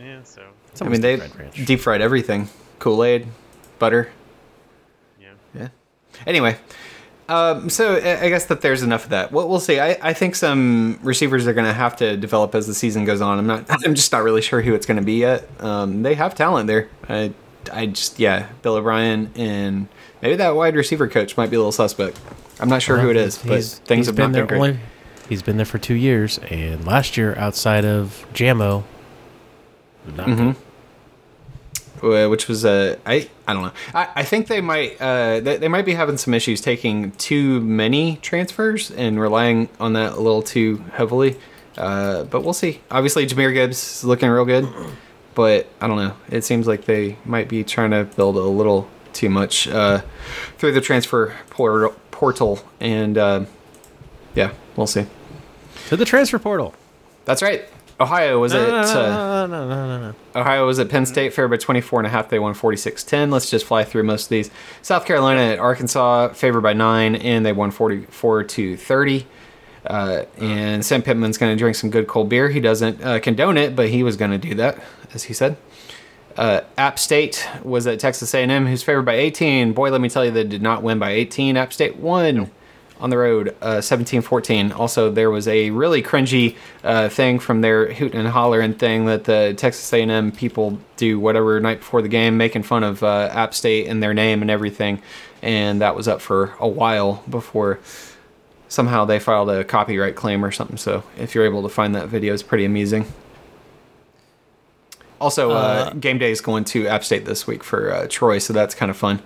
Speaker 3: Yeah, so,
Speaker 1: that. I mean,
Speaker 2: Someone's
Speaker 1: they
Speaker 2: deep fried ranch.
Speaker 1: deep fried everything: Kool Aid, butter.
Speaker 3: yeah.
Speaker 1: Yeah. Anyway, um, so I I guess that there's enough of that. We'll, we'll see. I, I think some receivers are going to have to develop as the season goes on. I'm not. I'm just not really sure who it's going to be yet. Um, they have talent there. I, I just yeah, Bill O'Brien and maybe that wide receiver coach might be a little suspect. I'm not sure who it is, but
Speaker 2: He's-
Speaker 1: things
Speaker 2: he's
Speaker 1: have not been
Speaker 2: there
Speaker 1: great.
Speaker 2: only- he's been there for two years, and last year, outside of Jamo, not
Speaker 1: Mm-hmm.
Speaker 2: good.
Speaker 1: uh, which was uh, I I don't know. I, I think they might uh, they, they might be having some issues taking too many transfers and relying on that a little too heavily. Uh, but we'll see. Obviously, Jameer Gibbs is looking real good, but I don't know. It seems like they might be trying to build a little too much uh, through the transfer portal, portal and uh, yeah, we'll see.
Speaker 2: to the transfer portal.
Speaker 1: That's right. Ohio was at uh,
Speaker 2: no, no, no, no, no.
Speaker 1: Ohio was at Penn State, favored by 24 and a half. They won 46-10. Let's just fly through most of these. South Carolina at Arkansas, favored by nine, and they won 44 to 30. Uh, and Sam Pittman's going to drink some good cold beer. He doesn't uh, condone it, but he was going to do that, as he said. Uh, App State was at Texas A&M, who's favored by 18. Boy, let me tell you, they did not win by 18. App State won on the road, uh, 17-14. Also, there was a really cringy uh, thing from their hoot and hollering thing that the Texas A&M people do whatever night before the game, making fun of uh, App State and their name and everything. And that was up for a while before somehow they filed a copyright claim or something. So if you're able to find that video, it's pretty amusing. Also, uh, game day is going to App State this week for uh, Troy, so that's kind of fun.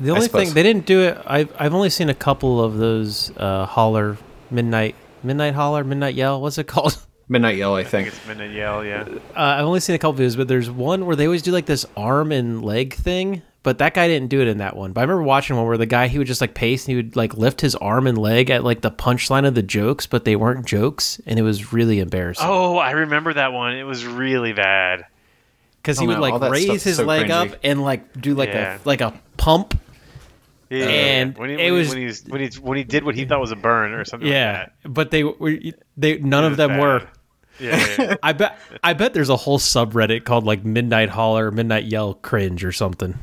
Speaker 2: The only
Speaker 1: suppose.
Speaker 2: thing they didn't do it. I've I've only seen a couple of those uh, holler midnight midnight holler midnight yell. What's it called?
Speaker 1: Midnight Yell, I
Speaker 3: I
Speaker 1: think.
Speaker 3: think it's Midnight Yell, yeah.
Speaker 2: Uh, I've only seen a couple videos, but there's one where they always do like this arm and leg thing. But that guy didn't do it in that one. But I remember watching one where the guy he would just like pace and he would like lift his arm and leg at like the punchline of the jokes, but they weren't jokes, and it was really embarrassing.
Speaker 3: Oh, I remember that one. It was really bad.
Speaker 2: because he
Speaker 1: Oh,
Speaker 2: would
Speaker 1: no, all
Speaker 2: like
Speaker 1: that
Speaker 2: raise
Speaker 1: stuff's
Speaker 2: his
Speaker 1: so
Speaker 2: leg
Speaker 1: cringy.
Speaker 2: up and like do like
Speaker 3: Yeah.
Speaker 2: a like a pump.
Speaker 3: Yeah,
Speaker 2: And
Speaker 3: when he,
Speaker 2: it
Speaker 3: when he-
Speaker 2: was-
Speaker 3: when, he's, when, he's, when he did what he thought was a burn or something.
Speaker 2: Yeah, but they were they none of
Speaker 3: was
Speaker 2: them
Speaker 3: bad.
Speaker 2: were.
Speaker 3: like that. yeah, yeah.
Speaker 2: I bet I bet there's a whole subreddit called like Midnight Holler, Midnight Yell, Cringe, or something.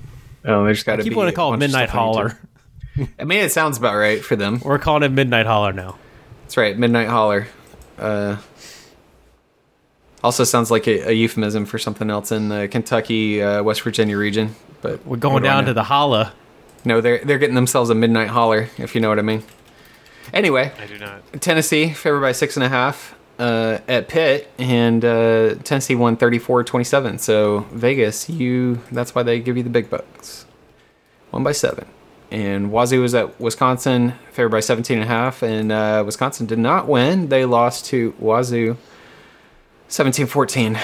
Speaker 1: Oh, there's got to be.
Speaker 2: People want
Speaker 1: a
Speaker 2: to call it
Speaker 1: bunch of
Speaker 2: Midnight
Speaker 1: stuff on
Speaker 2: Holler.
Speaker 1: YouTube. I mean, it sounds about right for them.
Speaker 2: We're calling it Midnight Holler now.
Speaker 1: That's right, Midnight Holler. Uh, also sounds like a, a euphemism for something else in the Kentucky, uh, West Virginia region. But
Speaker 2: We're going down to the holla.
Speaker 1: No, they're they're getting themselves a midnight holler, if you know what I mean. Anyway,
Speaker 3: I do not.
Speaker 1: Tennessee favored by six and a half uh, at Pitt, and uh, Tennessee won 34-27. So Vegas, you that's why they give you the big bucks. One by seven. And Wazoo was at Wisconsin, favored by 17 and a half, and uh, Wisconsin did not win. They lost to Wazoo 17-14.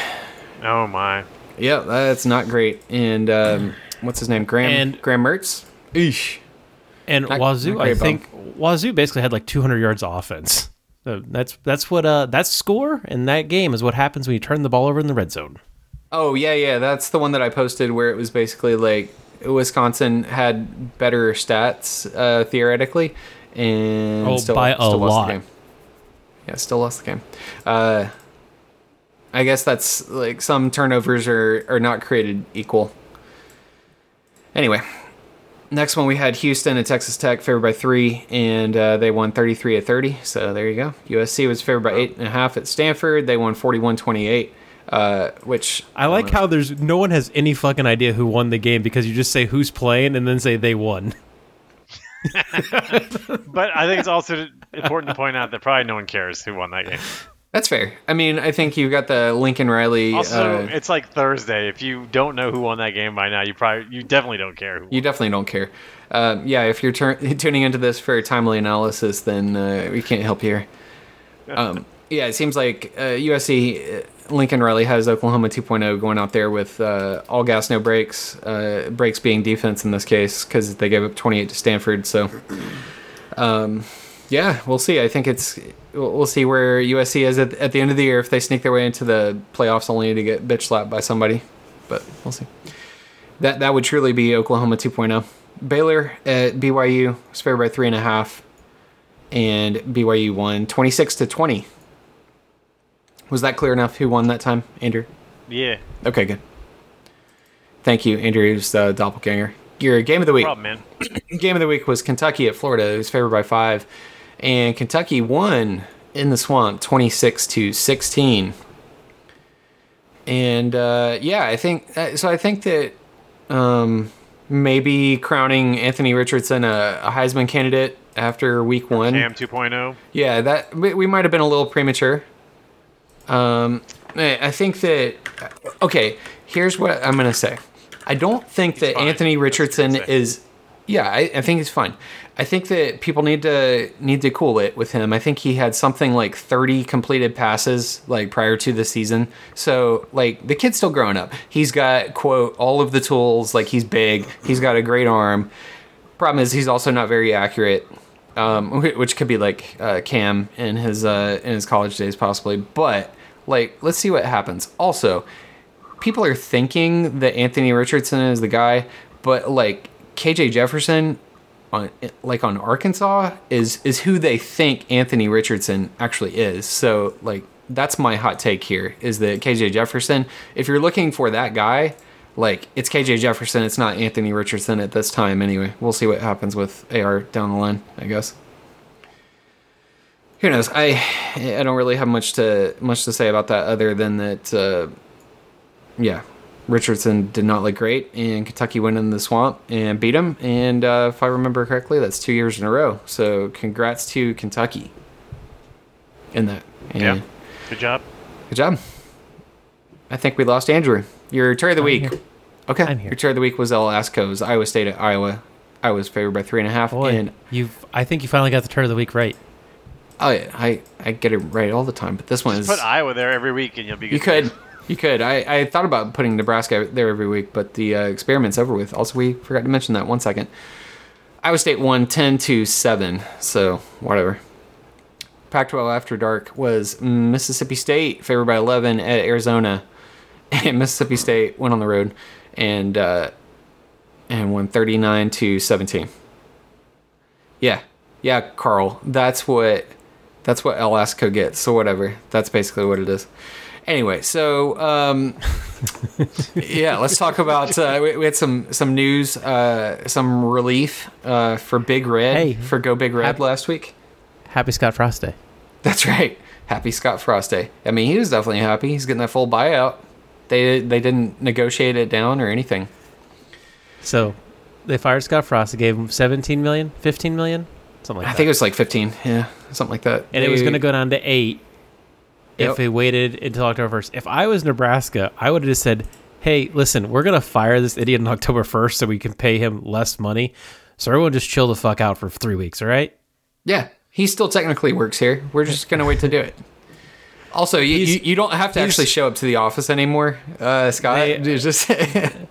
Speaker 3: Oh, my.
Speaker 1: Yeah, that's not great. And um, what's his name? Graham
Speaker 2: And-
Speaker 1: Graham Mertz? Eesh.
Speaker 2: And
Speaker 1: Not-
Speaker 2: Wazoo,
Speaker 1: not
Speaker 2: I
Speaker 1: great,
Speaker 2: think Wazoo basically had like 200 yards of offense. So that's that's what uh that score and that game is what happens when you turn the ball over in the red zone.
Speaker 1: Oh yeah, yeah, that's the one that I posted where it was basically like Wisconsin had better stats uh, theoretically, and
Speaker 2: Oh,
Speaker 1: still,
Speaker 2: by a
Speaker 1: still lost
Speaker 2: lot.
Speaker 1: the game. Yeah, still lost the game. Uh, I guess that's like some turnovers are are not created equal. Anyway, next one we had Houston and Texas Tech favored by three, and uh, they won 33 to 30. So there you go. USC was favored by eight and a half at Stanford. They won 41 28. Uh, which
Speaker 2: I like how there's no one has any fucking idea who won the game because you just say who's playing and then say they won.
Speaker 3: But I think it's also important to point out that probably no one cares who won that game.
Speaker 1: That's fair. I mean, I think you've got the Lincoln Riley.
Speaker 3: Also,
Speaker 1: uh,
Speaker 3: it's like Thursday. If you don't know who won that game by now, you probably you definitely don't care. Who
Speaker 1: you
Speaker 3: won.
Speaker 1: definitely don't care. Um, yeah, if you're tur- tuning into this for a timely analysis, then uh, we can't help you. Um, yeah, it seems like uh, USC uh, Lincoln Riley has Oklahoma 2.0 going out there with uh, all gas, no brakes. Uh, brakes being defense in this case because they gave up 28 to Stanford. So, um, yeah, we'll see. I think it's we'll we'll see where USC is at, at the end of the year if they sneak their way into the playoffs only to get bitch slapped by somebody, but we'll see. That that would truly be Oklahoma 2.0. Baylor at BYU was favored by three and a half, and BYU won 26 to 20. Was that clear enough? Who won that time, Andrew?
Speaker 3: Yeah,
Speaker 1: Okay, good. Thank you, Andrew's uh, doppelganger. Your game of the week.
Speaker 3: problem, man.
Speaker 1: Game of the week was Kentucky at Florida. It was favored by five, and Kentucky won in the swamp, twenty six to sixteen. And uh, yeah, I think uh, so. I think that um, maybe crowning Anthony Richardson a, a Heisman candidate after week one.
Speaker 3: Cam 2.0.
Speaker 1: Yeah, that we, we might have been a little premature. Um, I I think that okay. Here's what I'm gonna say. I don't think that
Speaker 3: fine.
Speaker 1: Anthony Richardson
Speaker 3: That's what
Speaker 1: is. Yeah, I, I think he's fine. I think that people need to need to cool it with him. I think he had something like 30 completed passes like prior to the season. So like the kid's still growing up. He's got quote all of the tools. Like he's big. He's got a great arm. Problem is he's also not very accurate um, wh- which could be like uh, Cam in his uh, in his college days possibly. But like, let's see what happens. Also, people are thinking that Anthony Richardson is the guy, but like KJ Jefferson on like on Arkansas is is who they think Anthony Richardson actually is. So like that's my hot take here is that KJ Jefferson, if you're looking for that guy, like it's KJ Jefferson, it's not Anthony Richardson at this time anyway. We'll see what happens with AR down the line, I guess. Who knows? I I don't really have much to much to say about that other than that uh, yeah, Richardson did not look great, and Kentucky went in the swamp and beat him. And uh, if I remember correctly, that's two years in a row. So congrats to Kentucky in that. And
Speaker 3: Yeah. Good job.
Speaker 1: Good job. I think we lost Andrew. Your turn of the week.
Speaker 2: here.
Speaker 1: Okay.
Speaker 2: I'm here.
Speaker 1: Your turn of the week was El Asco's Iowa State at Iowa. I was favored by three and a half.
Speaker 2: Boy,
Speaker 1: And
Speaker 2: you've. I think you finally got the turn of the week right.
Speaker 1: I, I I get it right all the time, but this one is.
Speaker 3: Put Iowa there every week and you'll be good.
Speaker 1: You could. You could. I, I thought about putting Nebraska there every week, but the uh, experiment's over with. Also, we forgot to mention that one second. Iowa State won 10 to 7, so whatever. Pac 12 After Dark was Mississippi State, favored by 11 at Arizona. And Mississippi State went on the road and uh, and won 39 to 17. Yeah. Yeah, Carl. That's what that's what El Asco gets. So whatever. That's basically what it is. Anyway, so um, yeah, let's talk about uh, we, we had some some news, uh, some relief uh, for Big Red
Speaker 2: Hey.
Speaker 1: for Go Big Red
Speaker 2: Happy-
Speaker 1: last week.
Speaker 2: Happy Scott Frost Day.
Speaker 1: That's right. Happy Scott Frost Day. I mean, he was definitely happy. He's getting that full buyout. They they didn't negotiate it down or anything.
Speaker 2: So they fired Scott Frost. They gave him 17 million, 15 million, something like
Speaker 1: I
Speaker 2: that.
Speaker 1: think it was like 15, yeah, something like that.
Speaker 2: and it was
Speaker 1: They-
Speaker 2: going to go down to eight
Speaker 1: Yep.
Speaker 2: if they waited until October 1st. If I was Nebraska, I would have just said, hey, listen, we're going to fire this idiot on October 1st so we can pay him less money. So everyone just chill the fuck out for three weeks, all right?
Speaker 1: Yeah, he still technically works here. We're just gonna wait to do it. Also, you, you, you don't have to actually show up to the office anymore, uh, Scott.
Speaker 2: They-
Speaker 1: It's just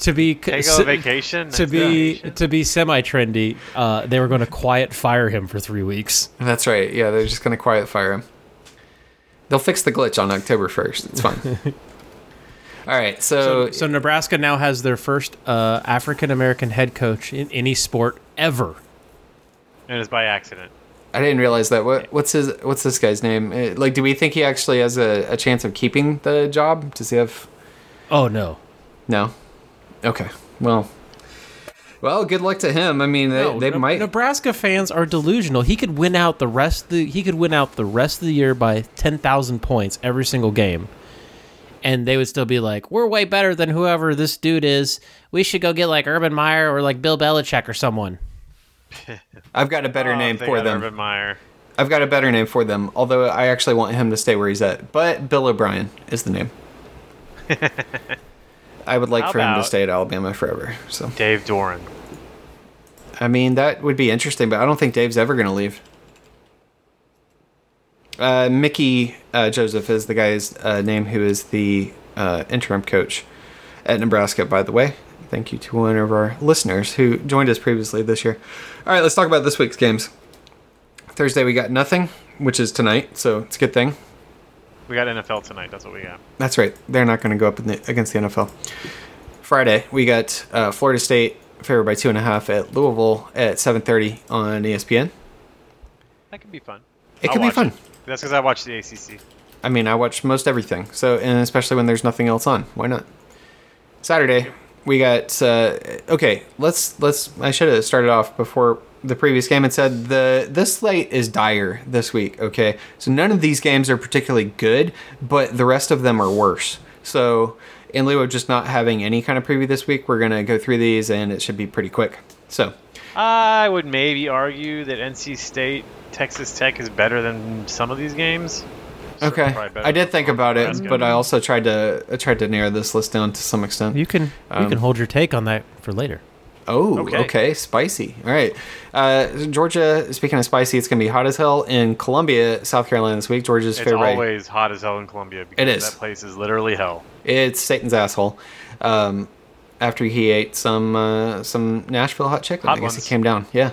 Speaker 2: To be
Speaker 3: Take a vacation.
Speaker 2: to
Speaker 3: that's
Speaker 2: be
Speaker 3: vacation.
Speaker 2: to be semi trendy, uh, they were going to quiet fire him for three weeks.
Speaker 1: that's right. Yeah, they're just gonna quiet fire him. They'll fix the glitch on October first. It's fine. All right, so,
Speaker 2: So, so Nebraska now has their first uh, African American head coach in any sport ever.
Speaker 3: and it's by accident.
Speaker 1: I didn't realize that. What what's his what's this guy's name? Uh, Like, do we think he actually has a, a chance of keeping the job? Does he have
Speaker 2: Oh no,
Speaker 1: no? Okay, well, well, good luck to him. I mean, they,
Speaker 2: No,
Speaker 1: they
Speaker 2: Ne-
Speaker 1: might.
Speaker 2: Nebraska fans are delusional. He could win out the rest. Of the, he could win out the rest of the year by ten thousand points every single game, and they would still be like, "We're way better than whoever this dude is. We should go get like Urban Meyer or like Bill Belichick or someone."
Speaker 1: I've got a better
Speaker 3: Oh,
Speaker 1: name
Speaker 3: they
Speaker 1: for
Speaker 3: got
Speaker 1: them.
Speaker 3: Urban Meyer.
Speaker 1: I've got a better name for them, although I actually want him to stay where he's at. But Bill O'Brien is the name. I would like
Speaker 3: How
Speaker 1: for him to
Speaker 3: about-
Speaker 1: stay at Alabama forever. So
Speaker 3: Dave Doran.
Speaker 1: I mean that would be interesting, but I don't think Dave's ever gonna leave. Uh, Mickey uh, Joseph is the guy's uh, name who is the uh, interim coach at Nebraska, by the way. Thank you to one of our listeners who joined us previously this year. All right, let's talk about this week's games. Thursday, we got nothing, which is tonight, so it's a good thing.
Speaker 3: We got NFL tonight. That's what we got.
Speaker 1: That's right. They're not going to go up in the, against the NFL. Friday, we got uh, Florida State favored by two and a half at Louisville at 7:30 on E ESPN.
Speaker 3: That could be fun.
Speaker 1: It
Speaker 3: I'll
Speaker 1: could be
Speaker 3: watch
Speaker 1: fun.
Speaker 3: That's because I watch the ACC.
Speaker 1: I mean, I watch most everything. So, and especially when there's nothing else on, why not? Saturday, we got. Uh, okay, let's let's. I should have started off before the previous game and said the this slate is dire this week. Okay, so none of these games are particularly good, but the rest of them are worse. So, in lieu of just not having any kind of preview this week, we're gonna go through these, and it should be pretty quick. So,
Speaker 3: I would maybe argue that NC State, Texas Tech is better than some of these games. So
Speaker 1: okay,
Speaker 3: probably better
Speaker 1: I did
Speaker 3: than
Speaker 1: think about it,
Speaker 3: Nebraska.
Speaker 1: but I also tried to I tried to narrow this list down to some extent.
Speaker 2: You can you
Speaker 1: Um,
Speaker 2: can hold your take on that for later.
Speaker 1: Oh, okay.
Speaker 3: Okay.
Speaker 1: spicy. All right. Uh, Georgia, speaking of spicy, it's going to be hot as hell in Columbia, South Carolina this week. Georgia's
Speaker 3: It's
Speaker 1: favorite.
Speaker 3: always hot as hell in Columbia because
Speaker 1: It is.
Speaker 3: that place is literally hell.
Speaker 1: It's Satan's asshole. Um, after he ate some uh, some Nashville hot chicken,
Speaker 3: Hot
Speaker 1: I guess
Speaker 3: ones.
Speaker 1: he came down. Yeah.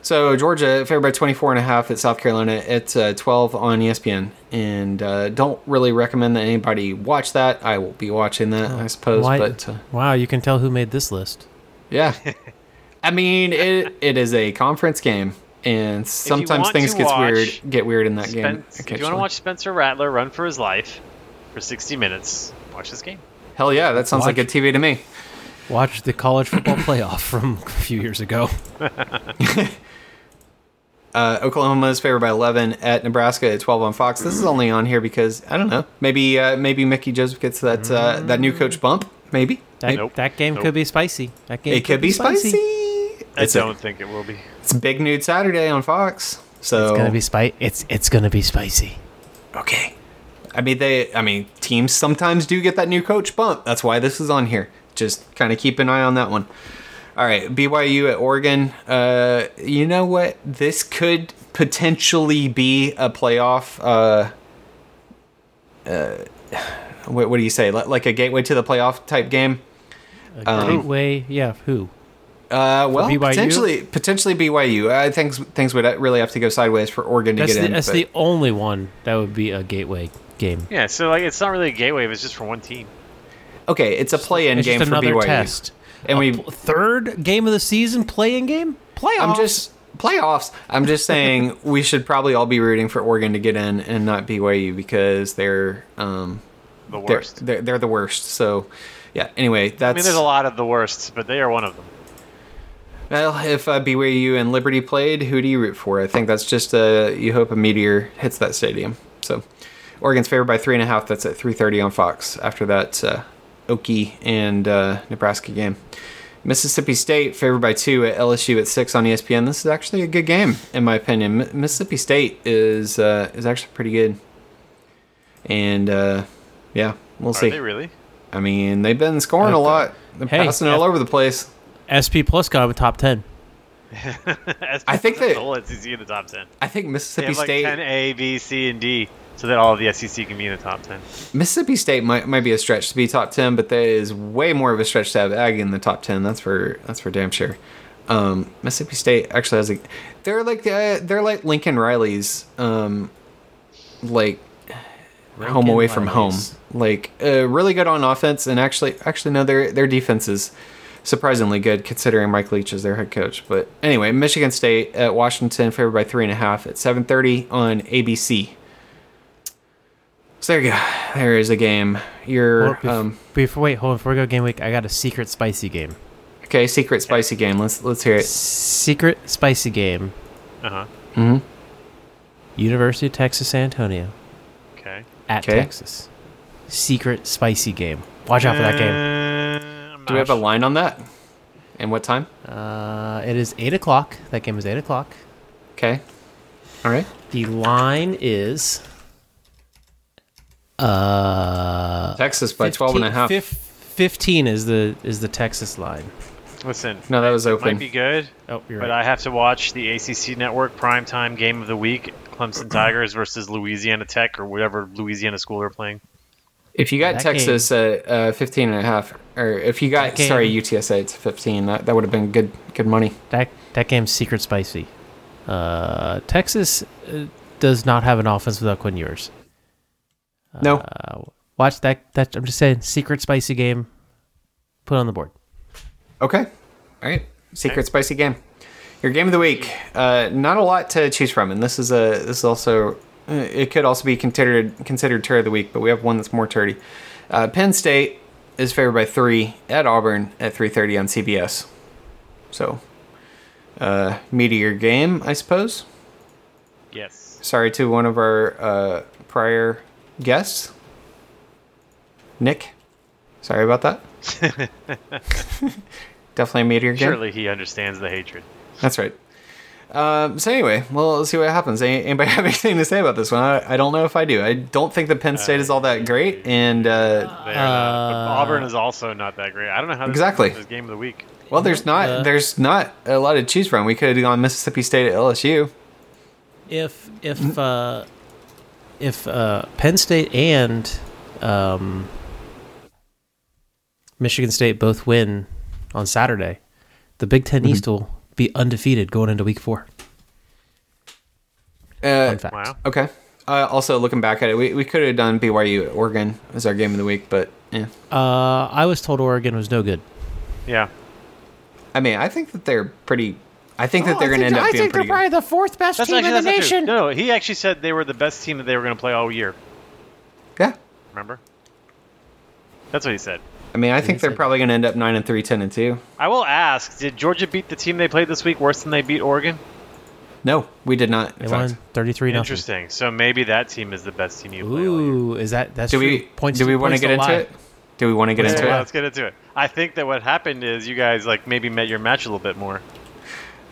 Speaker 1: So Georgia favored by 24 and a half at South Carolina. It's uh, 12 on ESPN, and uh, don't really recommend that anybody watch that. I will be watching that, I suppose.
Speaker 2: Why-
Speaker 1: But uh,
Speaker 2: wow, you can tell who made this list.
Speaker 1: Yeah. I mean, it it is a conference game, and sometimes
Speaker 3: want
Speaker 1: things
Speaker 3: to
Speaker 1: gets
Speaker 3: watch
Speaker 1: weird get weird in that game.
Speaker 3: Spence, if you want to
Speaker 1: occasionally.
Speaker 3: watch Spencer Rattler run for his life for 60 minutes, watch this game.
Speaker 1: Hell yeah, that sounds like
Speaker 2: watch-
Speaker 1: a TV to me.
Speaker 2: Watch the college football playoff from a few years ago.
Speaker 1: Uh, Oklahoma is favored by 11 at Nebraska at 12 on Fox. This is only on here because I don't know. Maybe uh, maybe Mickey Joseph gets that uh, that new coach bump. Maybe
Speaker 2: That,
Speaker 1: Maybe.
Speaker 3: Nope.
Speaker 2: that game
Speaker 3: Nope.
Speaker 2: could be spicy. That game
Speaker 1: it could be spicy.
Speaker 3: I
Speaker 1: It's, a-
Speaker 3: don't think it will be.
Speaker 1: it's big nude Saturday on Fox. So
Speaker 2: It's gonna be spicy. It's it's gonna be spicy.
Speaker 1: okay. I mean, they. I mean, teams sometimes do get that new coach bump. That's why this is on here. Just kind of keep an eye on that one. All right, BYU at Oregon. Uh, you know what? This could potentially be a playoff. Uh, uh, what, what do you say? Li- Like a gateway to the playoff type game.
Speaker 2: A
Speaker 1: Um,
Speaker 2: gateway, yeah. Who?
Speaker 1: Uh, well,
Speaker 2: BYU?
Speaker 1: potentially, potentially BYU. I think s- Uh, things would really have to go sideways for Oregon to
Speaker 2: That's
Speaker 1: get
Speaker 2: the,
Speaker 1: in.
Speaker 2: that's
Speaker 1: but-
Speaker 2: the only one that would be a gateway game.
Speaker 3: Yeah, so like it's not really a gateway if it's just for one team.
Speaker 1: okay, it's a play-in
Speaker 2: it's
Speaker 1: game
Speaker 2: just
Speaker 1: for
Speaker 2: another
Speaker 1: BYU.
Speaker 2: test.
Speaker 1: And
Speaker 2: A
Speaker 1: we-
Speaker 2: pl- third game of the season playing game playoffs.
Speaker 1: I'm just playoffs. I'm just saying we should probably all be rooting for Oregon to get in and not BYU because they're um
Speaker 3: The
Speaker 1: they're,
Speaker 3: worst.
Speaker 1: they're they're the worst. So yeah. Anyway,
Speaker 3: I
Speaker 1: that's
Speaker 3: mean, there's a lot of the worst, but they are one of them.
Speaker 1: well. If uh, BYU and Liberty played, who do you root for? I think that's just uh you hope a meteor hits that stadium. So Oregon's favored by three and a half. That's at three thirty on Fox. After that, uh, Okie and uh, Nebraska game. Mississippi State favored by two at LSU at six on E ESPN. This is actually a good game, in my opinion. Mi- Mississippi State is uh, is actually pretty good, and uh, yeah, we'll
Speaker 3: Are
Speaker 1: see.
Speaker 3: they really?
Speaker 1: I mean, they've been scoring a lot, they're
Speaker 2: Hey,
Speaker 1: passing it all
Speaker 2: F-
Speaker 1: over the place.
Speaker 2: SP Plus got him a top ten.
Speaker 1: I think they-
Speaker 3: the whole SEC in the top ten.
Speaker 1: I think
Speaker 3: They
Speaker 1: Mississippi
Speaker 3: have like
Speaker 1: State,
Speaker 3: ten A, B, C, and D, so that all of the SEC can be in the top ten.
Speaker 1: Mississippi State might might be a stretch to be top ten, but there is way more of a stretch to have Aggie in the top ten. That's for that's for damn sure. Um, Mississippi State actually has a they're like uh, they're like Lincoln Riley's um, like home away from home.
Speaker 2: Riley's.
Speaker 1: Like uh, really good on offense, and actually actually no, their their defense is surprisingly good considering Mike Leach is their head coach. But anyway, Michigan State at Washington favored by three and a half at seven thirty on ABC. So there you go. There is a game.
Speaker 2: Hold
Speaker 1: Your
Speaker 2: up, bef-
Speaker 1: um,
Speaker 2: before wait, hold on. Before we go game week, I got a secret spicy game.
Speaker 1: okay secret spicy game. Let's let's hear it.
Speaker 2: Secret spicy game.
Speaker 3: Uh huh.
Speaker 1: hmm
Speaker 2: University of Texas San Antonio
Speaker 3: Okay.
Speaker 2: at
Speaker 1: Okay.
Speaker 2: Texas. Secret spicy game. Watch out for that game.
Speaker 3: game.
Speaker 1: Do we have a line on that? And what time?
Speaker 2: Uh, it is eight o'clock. That game is eight o'clock.
Speaker 1: Okay. All right.
Speaker 2: The line is uh
Speaker 1: Texas by 12 and a half.
Speaker 2: fif- 15 is the is the Texas line.
Speaker 3: Listen,
Speaker 1: No, that was
Speaker 3: might
Speaker 1: open.
Speaker 3: be good,
Speaker 2: Oh, you're
Speaker 3: but
Speaker 2: right.
Speaker 3: I have to watch the ACC Network primetime game of the week Clemson Tigers versus Louisiana Tech or whatever Louisiana school they're playing.
Speaker 1: If you got
Speaker 2: That
Speaker 1: Texas at uh, 15 and a half, or if you got,
Speaker 2: That game-
Speaker 1: sorry, UTSA at 15, that, that would have been good good money.
Speaker 2: That that game's secret spicy. Uh, Texas uh, does not have an offense without Quinn Ewers.
Speaker 1: No.
Speaker 2: Uh, watch that. That I'm just saying, secret spicy game. Put on the board.
Speaker 1: Okay. All right. Secret spicy game. Your game of the week. Uh, not a lot to choose from, and this is a this is also uh, it could also be considered considered turd of the week, but we have one that's more turdy. Uh, Penn State is favored by three at Auburn at three thirty on CBS. So, uh, meteor game, I suppose.
Speaker 3: Yes.
Speaker 1: Sorry to one of our uh, prior guests, Nick. Sorry about that. Definitely a meteor game.
Speaker 3: Surely he understands the hatred.
Speaker 1: That's right. Um, so anyway, well, let's see what happens. Any- Anybody have anything to say about this one? I, I don't know if I do. I don't think the Penn State is all that great, and uh,
Speaker 3: They're not. But Auburn is also not that great. I don't know how this
Speaker 1: Exactly.
Speaker 3: this game of the week.
Speaker 1: well, there's not
Speaker 2: Uh,
Speaker 1: there's not a lot to choose from. We could have gone Mississippi State at LSU.
Speaker 2: If if uh, if uh, Penn State and um, Michigan State both win on Saturday, the Big 10
Speaker 1: Mm-hmm.
Speaker 2: East will be undefeated going into Week Four.
Speaker 1: Uh,
Speaker 2: Fun fact.
Speaker 3: Wow.
Speaker 1: okay. Uh, also, looking back at it, we, we could have done BYU at Oregon as our game of the week, but yeah.
Speaker 2: Uh, I was told Oregon was no good.
Speaker 3: Yeah.
Speaker 1: I mean, I think that they're pretty. Oh, I think that they're going to end up being pretty. good.
Speaker 2: the fourth best
Speaker 3: That's actually, that's not true. No, no, he actually said they were the best team that they were going to play all year.
Speaker 1: Yeah.
Speaker 3: Remember? That's what he said.
Speaker 1: I mean, I think they're
Speaker 2: said-
Speaker 1: probably going to end up nine and three, 10 and two.
Speaker 3: I will ask, did Georgia beat the team they played this week worse than they beat Oregon?
Speaker 1: No, we did not. In
Speaker 2: They
Speaker 1: fact.
Speaker 2: won thirty-three nothing.
Speaker 3: Interesting. So maybe that team is the best team you play all year.
Speaker 2: Ooh, is that that's
Speaker 1: do
Speaker 2: true.
Speaker 1: we do we want to
Speaker 2: points
Speaker 1: get into
Speaker 2: lie.
Speaker 1: it? Do we want to get
Speaker 3: Yeah,
Speaker 1: into
Speaker 3: well,
Speaker 1: it?
Speaker 3: let's get into it. I think that what happened is you guys like maybe met your match a little bit more.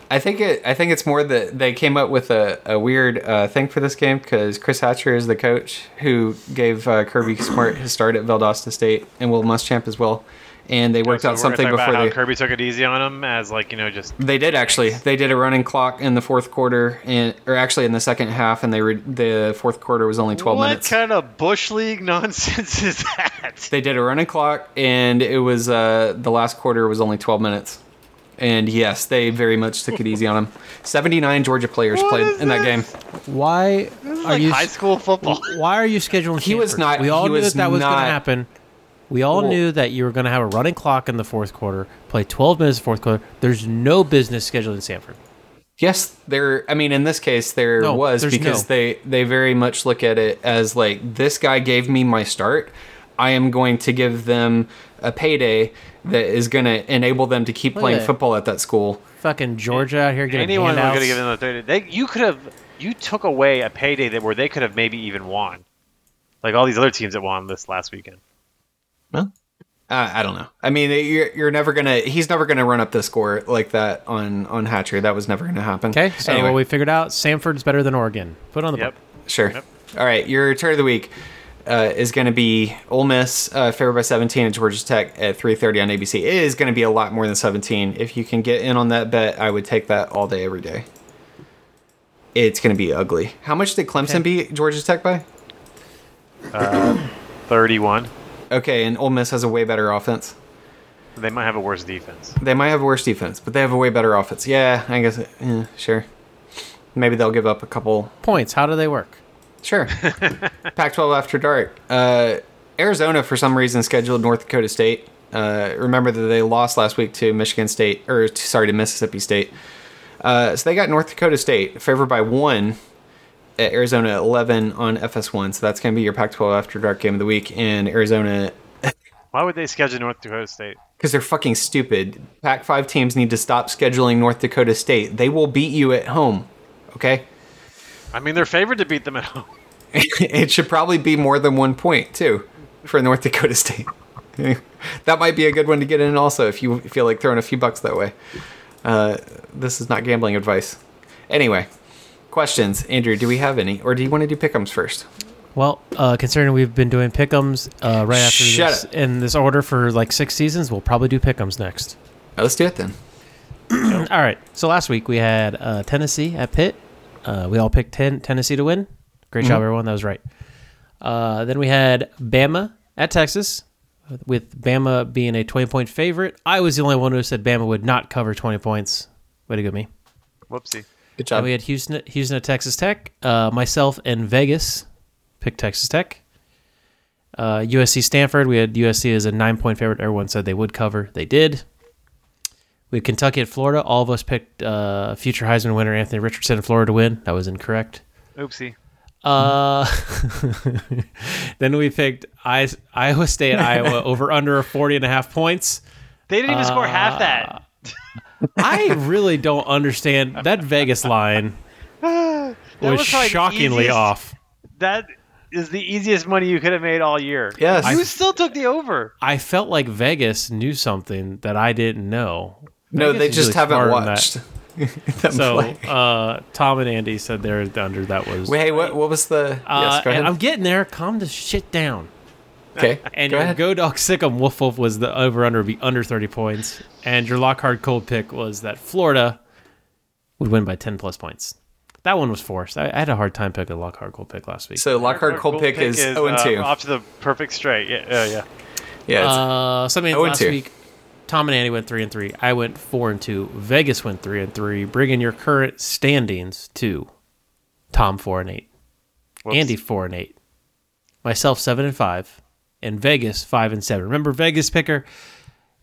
Speaker 1: I think it. I think it's more that they came up with a, a weird uh, thing for this game because Chris Hatcher is the coach who gave uh, Kirby Smart his start at Valdosta State and Will Muschamp as well, and they worked
Speaker 3: So
Speaker 1: out
Speaker 3: we're gonna
Speaker 1: something
Speaker 3: talk about
Speaker 1: before
Speaker 3: how
Speaker 1: they.
Speaker 3: Kirby took it easy on him as like you know just
Speaker 1: They did actually. They did a running clock in the fourth quarter, and or actually in the second half, and they re- the fourth quarter was only twelve
Speaker 3: what
Speaker 1: minutes.
Speaker 3: kind of bush league nonsense is that?
Speaker 1: They did a running clock, and it was uh, the last quarter was only twelve minutes. And yes, they very much took it easy on him. Seventy-nine Georgia players
Speaker 3: What
Speaker 1: played
Speaker 3: is
Speaker 1: in that game.
Speaker 3: this?
Speaker 2: Why are
Speaker 3: Like
Speaker 2: you?
Speaker 3: high school football.
Speaker 2: Why are you scheduling?
Speaker 1: He was
Speaker 2: Stanford?
Speaker 1: not-
Speaker 2: We all
Speaker 1: he
Speaker 2: knew
Speaker 1: was
Speaker 2: that that was going
Speaker 1: not-
Speaker 2: to happen. We all
Speaker 1: Well-
Speaker 2: knew that you were going to have a running clock in the fourth quarter. Play twelve minutes in the fourth quarter. There's no business scheduling Sanford.
Speaker 1: Yes, there. I mean, in this case, there
Speaker 2: No,
Speaker 1: was
Speaker 2: there's
Speaker 1: because
Speaker 2: no.
Speaker 1: they they very much look at it as like this guy gave me my start. I am going to give them a payday that is going to enable them to keep playing
Speaker 2: at-
Speaker 1: football at that school.
Speaker 2: Fucking Georgia out here getting
Speaker 3: Anyone was
Speaker 2: handouts.
Speaker 3: going to give them a thirty. They you could have you took away a payday that where they could have maybe even won, like all these other teams that won this last weekend.
Speaker 1: Uh, I don't know. I mean, you're, you're never gonna. He's never gonna run up the score like that on on Hatcher. That was never gonna happen.
Speaker 2: okay, so
Speaker 1: Anyway.
Speaker 2: what we figured out Sanford's better than Oregon. Put it on the
Speaker 3: Yep.
Speaker 2: board.
Speaker 1: Sure. All right, your turn of the week uh, is going to be Ole Miss uh, favored by 17 and Georgia Tech at 3:30 on ABC. It is going to be a lot more than 17. If you can get in on that bet, I would take that all day, every day. It's going to be ugly. How much did Clemson beat Georgia Tech by?
Speaker 3: Thirty-one.
Speaker 1: Okay, and Ole Miss has a way better offense.
Speaker 3: They might have a worse defense.
Speaker 1: They might have worse defense, but they have a way better offense. Yeah, I guess. Yeah, sure. Maybe they'll give up a couple
Speaker 2: Points. How do they work?
Speaker 1: Sure. Pac 12 after dark. Uh, Arizona, for some reason, scheduled North Dakota State. Uh, remember that they lost last week to Michigan State, or t- sorry, to Mississippi State. Uh, so they got North Dakota State favored by one at Arizona at 11 on FS1. So that's going to be your Pac 12 after dark game of the week. And Arizona,
Speaker 3: Why would they schedule North Dakota State?
Speaker 1: because they're fucking stupid, Pac 5 teams need to stop scheduling North Dakota State. They will beat you at home. Okay?
Speaker 3: I mean, they're favored to beat them at home.
Speaker 1: it should probably be more than one point too for North Dakota State. that might be a good one to get in also if you feel like throwing a few bucks that way. Uh, this is not gambling advice. Anyway, questions, Andrew? Do we have any, or do you want to do pickums first?
Speaker 2: Well, uh, considering we've been doing pickums uh, right after
Speaker 1: Shut
Speaker 2: this
Speaker 1: up.
Speaker 2: in this order for like six seasons, we'll probably do pickums next.
Speaker 1: Oh, Uh, let's do it then.
Speaker 2: All right. So last week we had uh, Tennessee at Pitt. Uh, we all picked ten, Tennessee to win. Great job, everyone. That was right. Uh, then we had Bama at Texas, with Bama being a 20 point favorite. I was the only one who said Bama would not cover 20 points. Way to go, me.
Speaker 3: Whoopsie.
Speaker 1: Good
Speaker 2: Then
Speaker 1: job.
Speaker 2: we had Houston, Houston at Texas Tech. Uh, myself and Vegas picked Texas Tech. Uh, USC Stanford. We had USC as a nine point favorite. Everyone said they would cover. They did. We had Kentucky at Florida. All of us picked uh, future Heisman winner Anthony Richardson in Florida to win. That was incorrect.
Speaker 3: Oopsie.
Speaker 2: Uh, then we picked I- Iowa State at Iowa over under 40 and a half points.
Speaker 3: They didn't even score
Speaker 2: Uh,
Speaker 3: half that.
Speaker 2: I really don't understand that Vegas line
Speaker 3: That
Speaker 2: was,
Speaker 3: was probably the
Speaker 2: shockingly
Speaker 3: easiest-
Speaker 2: off.
Speaker 3: That is the easiest money you could have made all year.
Speaker 1: Yes.
Speaker 3: You still took the over.
Speaker 2: I felt like Vegas knew something that I didn't know.
Speaker 1: no,
Speaker 2: Vegas
Speaker 1: they
Speaker 2: is
Speaker 1: just
Speaker 2: really
Speaker 1: haven't
Speaker 2: smart on that.
Speaker 1: watched. them
Speaker 2: So
Speaker 1: play.
Speaker 2: uh, Tom and Andy said there the under that was.
Speaker 1: Wait, hey, what what was the?
Speaker 2: uh,
Speaker 1: yes, go
Speaker 2: and
Speaker 1: ahead.
Speaker 2: I'm getting there. Calm the shit down.
Speaker 1: okay,
Speaker 2: And
Speaker 1: go
Speaker 2: your
Speaker 1: ahead.
Speaker 2: Go Dog Sick'em Woof Woof was the over under be under 30 points. And your Lockhart cold pick was that Florida would win by 10 plus points. That one was forced. I, I had a hard time picking a Lockhart cold pick last week.
Speaker 1: so Lockhart cold pick is zero and
Speaker 3: uh,
Speaker 1: two.
Speaker 3: Off to the perfect straight. Yeah, uh, yeah.
Speaker 1: yeah, it's-
Speaker 2: uh, so I mean,
Speaker 1: I went
Speaker 2: last
Speaker 1: two.
Speaker 2: week, Tom and Andy went 3 and 3. I went 4 and 2. Vegas went 3 and 3, bringing your current standings to Tom 4 and 8, Andy 4 and 8, myself 7 and 5, and Vegas 5 and 7. Remember, Vegas picker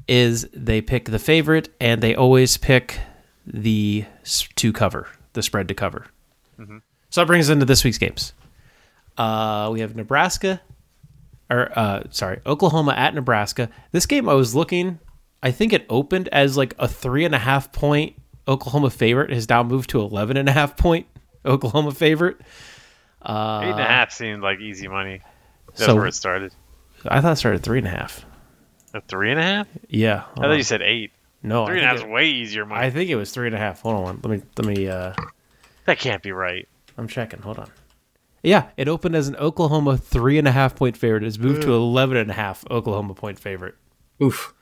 Speaker 2: is they pick the favorite and they always pick the s- to cover the spread to cover. So that brings us into this week's games. Uh, we have Nebraska, or uh, sorry, Oklahoma at Nebraska. This game I was looking, I think it opened as like a three and a half point Oklahoma favorite. It has now moved to eleven and a half point Oklahoma favorite.
Speaker 3: Eight and a half seemed like easy money. That's
Speaker 2: Uh, so-
Speaker 3: where it started.
Speaker 2: I thought it started at three and a half.
Speaker 3: A three and a half?
Speaker 2: Yeah,
Speaker 3: I thought you said eight.
Speaker 2: no. uh, I
Speaker 3: Three and a half
Speaker 2: think
Speaker 3: is
Speaker 2: it-
Speaker 3: way easier money.
Speaker 2: I think it was three and a half. Hold on, let me let me. Uh,
Speaker 3: that can't be right.
Speaker 2: I'm checking. Hold on. Yeah, it opened as an Oklahoma three and a half point favorite. It's moved to eleven and a half Oklahoma point favorite.
Speaker 1: Oof.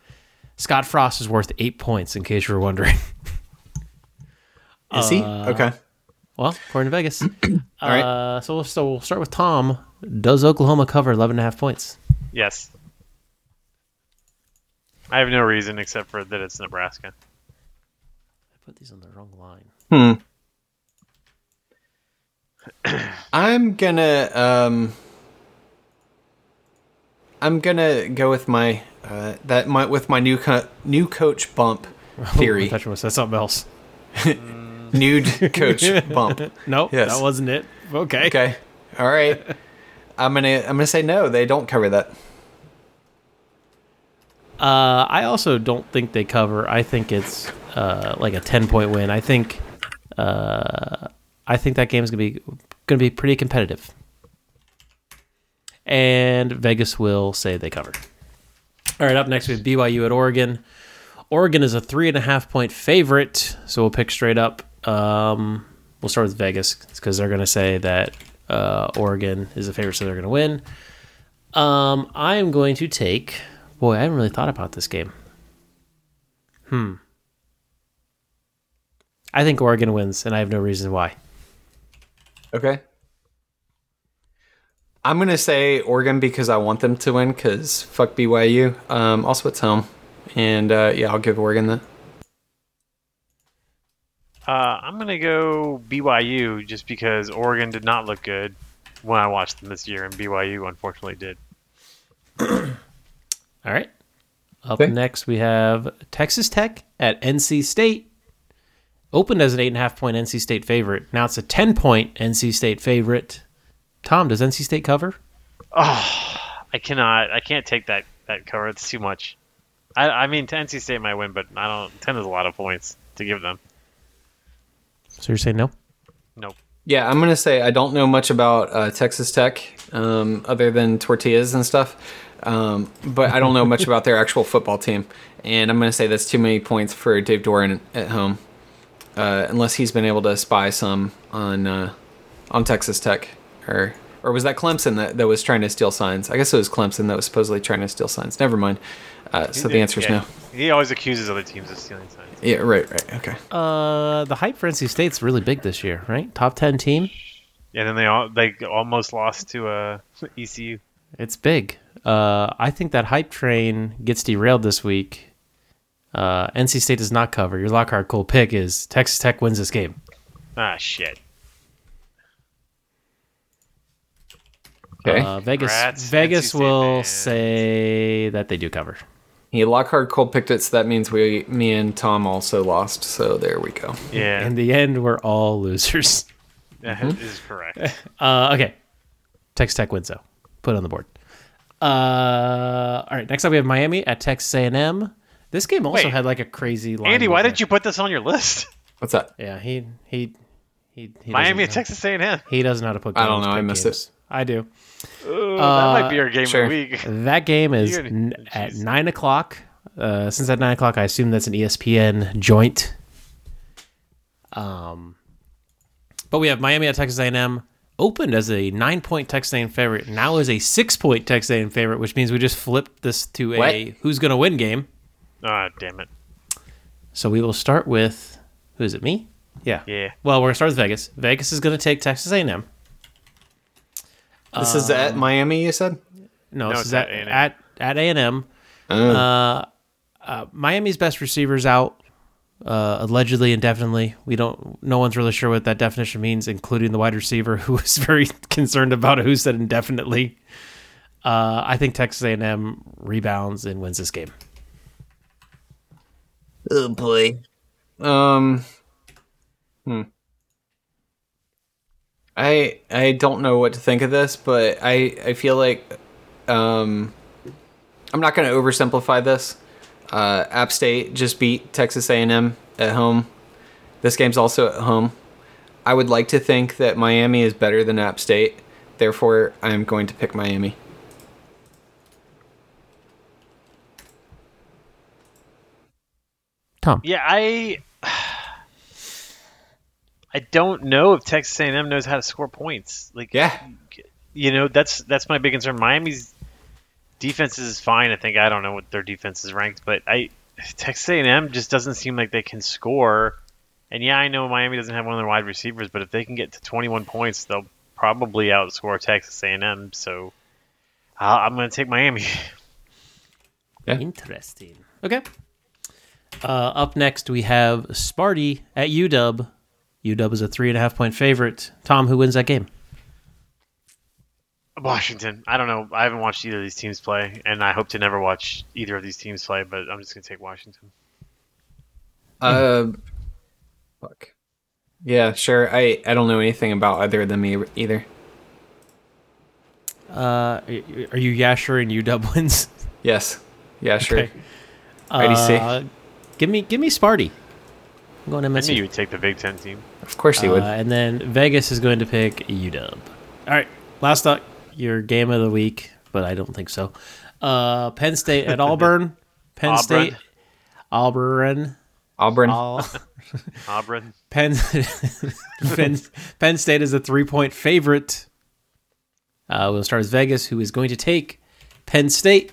Speaker 2: Scott Frost is worth eight points, in case you were wondering.
Speaker 1: Is he okay?
Speaker 2: well, according to Vegas.
Speaker 1: All right.
Speaker 2: Uh, so, we'll- so we'll start with Tom. Does Oklahoma cover eleven and a half points?
Speaker 3: Yes. I have no reason except for that it's Nebraska.
Speaker 2: I put these on the wrong line.
Speaker 1: I'm gonna um I'm gonna go with my uh that my with my new co- new coach bump
Speaker 2: I
Speaker 1: theory.
Speaker 2: thought you were gonna say something else.
Speaker 1: Nude coach bump.
Speaker 2: Nope,
Speaker 1: Yes.
Speaker 2: that wasn't it. Okay.
Speaker 1: Okay. All right. I'm gonna I'm gonna say no, they don't cover that.
Speaker 2: Uh, I also don't think they cover. I think it's uh, like a ten point win. I think uh, I think that game's gonna be gonna be pretty competitive. And Vegas will say they cover. All right, up next we have BYU at Oregon. Oregon is a three and a half point favorite, so we'll pick straight up. Um, we'll start with Vegas because they're gonna say that uh, Oregon is a favorite, so they're gonna win. Um, I am going to take. Boy, I haven't really thought about this game. Hmm. I think Oregon wins, and I have no reason why.
Speaker 1: Okay. I'm gonna say Oregon because I want them to win because fuck BYU. Um also it's home. And uh yeah, I'll give Oregon that.
Speaker 3: Uh, I'm gonna go BYU just because Oregon did not look good when I watched them this year, and BYU unfortunately did.
Speaker 2: All right. Up
Speaker 1: Okay.
Speaker 2: next, we have Texas Tech at NC State. Opened as an eight and a half point NC State favorite. Now it's a ten point NC State favorite. Tom, does NC State cover?
Speaker 3: I cannot. I can't take that that cover. It's too much. I, I mean, NC State might win, but I don't. Ten is a lot of points to give them.
Speaker 2: So you're saying no?
Speaker 3: Nope.
Speaker 1: Yeah, I'm gonna say I don't know much about uh, Texas Tech um, other than tortillas and stuff, um, but I don't know much about their actual football team, and I'm gonna say that's too many points for Dave Doran at home, uh, unless he's been able to spy some on uh, on Texas Tech or Or was that Clemson that, that was trying to steal signs? I guess it was Clemson that was supposedly trying to steal signs. Never mind. Uh, so the answer is
Speaker 3: Yeah.
Speaker 1: no.
Speaker 3: He always accuses other teams of stealing signs.
Speaker 1: Yeah, right, right. Okay.
Speaker 2: Uh, the hype for NC State's really big this year, right? Top ten team.
Speaker 3: And then they all they almost lost to uh, ECU.
Speaker 2: It's big. Uh, I think that hype train gets derailed this week. Uh, NC State does not cover. Your Lockhart cool pick is Texas Tech wins this game.
Speaker 3: Ah, shit.
Speaker 1: Okay.
Speaker 2: Uh, Vegas
Speaker 3: Congrats, NC
Speaker 2: Vegas
Speaker 3: State
Speaker 2: will
Speaker 3: fans.
Speaker 2: say that they do cover.
Speaker 1: yeah, Lockhart Cole picked it, so that means we, me and Tom also lost. So there we go.
Speaker 3: Yeah,
Speaker 2: In the end, we're all losers.
Speaker 3: that is correct.
Speaker 2: Uh, okay. Texas Tech wins though. Put it on the board. Uh, all right. Next up, we have Miami at Texas A&M. This game also
Speaker 3: Wait.
Speaker 2: had like a crazy line.
Speaker 3: Andy, why
Speaker 2: movement.
Speaker 3: did you put this on your list?
Speaker 1: What's that?
Speaker 2: Yeah, he he he. he doesn't
Speaker 3: Miami
Speaker 2: know.
Speaker 3: at Texas A&M.
Speaker 2: He doesn't know how to put.
Speaker 1: I don't
Speaker 2: games,
Speaker 1: know, I
Speaker 2: pick
Speaker 1: missed
Speaker 2: games. I do. Uh,
Speaker 3: Ooh, that might be our game
Speaker 1: sure.
Speaker 3: of the week.
Speaker 2: That game is
Speaker 3: You're-
Speaker 2: n- at
Speaker 3: jeez.
Speaker 2: nine o'clock. Uh, since at nine o'clock, I assume that's an E ESPN joint. Um, but we have Miami at Texas A&M. Opened as a nine-point Texas A&M favorite, now is a six-point Texas A&M favorite, which means we just flipped this to a
Speaker 1: What?
Speaker 2: who's going to win game.
Speaker 3: Ah, damn it.
Speaker 2: So we will start with who is it? Me? Yeah.
Speaker 3: Yeah.
Speaker 2: Well, we're going to start with Vegas. Vegas is going to take Texas A&M.
Speaker 1: This is at Miami, you said?
Speaker 2: No, this
Speaker 3: it's
Speaker 2: is at
Speaker 3: at A&M.
Speaker 2: at at A and M. Uh, Miami's best receivers out uh, allegedly indefinitely. We don't. No one's really sure what that definition means, including the wide receiver who was very concerned about who said indefinitely. Uh, I think Texas A and M rebounds and wins this game.
Speaker 1: Oh, boy. Um. Hmm. I I don't know what to think of this, but I I feel like um I'm not going to oversimplify this. Uh, App State just beat Texas A&M at home. This game's also at home. I would like to think that Miami is better than App State. Therefore, I am going to pick Miami.
Speaker 2: Tom,
Speaker 3: Yeah, I I don't know if Texas A&M knows how to score points. Like,
Speaker 1: Yeah.
Speaker 3: you know, that's that's my big concern. Miami's defense is fine. I think I don't know what their defense is ranked, but I Texas A&M just doesn't seem like they can score. And yeah, I know Miami doesn't have one of their wide receivers, but if they can get to 21 points, they'll probably outscore Texas A&M. So I I'm going to take Miami.
Speaker 2: interesting. Okay. Uh, up next, we have Sparty at UW. UW is a three and a half point favorite. Tom, who wins that game?
Speaker 3: Washington. I don't know. I haven't watched either of these teams play, and I hope to never watch either of these teams play. But I'm just gonna take Washington.
Speaker 2: Hmm.
Speaker 1: Uh, fuck. Yeah, sure. I I don't know anything about either of them e- either.
Speaker 2: Uh, are you Yasher and UW wins?
Speaker 1: Yes. Yeah, sure.
Speaker 2: Okay.
Speaker 1: IDC.
Speaker 2: Uh, give me give me Sparty. I'm going
Speaker 3: I knew
Speaker 2: MSU.
Speaker 3: you would take the Big Ten team.
Speaker 1: Of course he
Speaker 2: Uh,
Speaker 1: would.
Speaker 2: and then Vegas is going to pick UW. All right, last up, your game of the week, but I don't think so. Uh, Penn State at Auburn. Penn
Speaker 3: Auburn.
Speaker 2: State. Auburn.
Speaker 1: Auburn.
Speaker 2: All,
Speaker 3: Auburn.
Speaker 2: Penn, Penn Penn State is a three point favorite. Uh, we'll start with Vegas, who is going to take Penn State.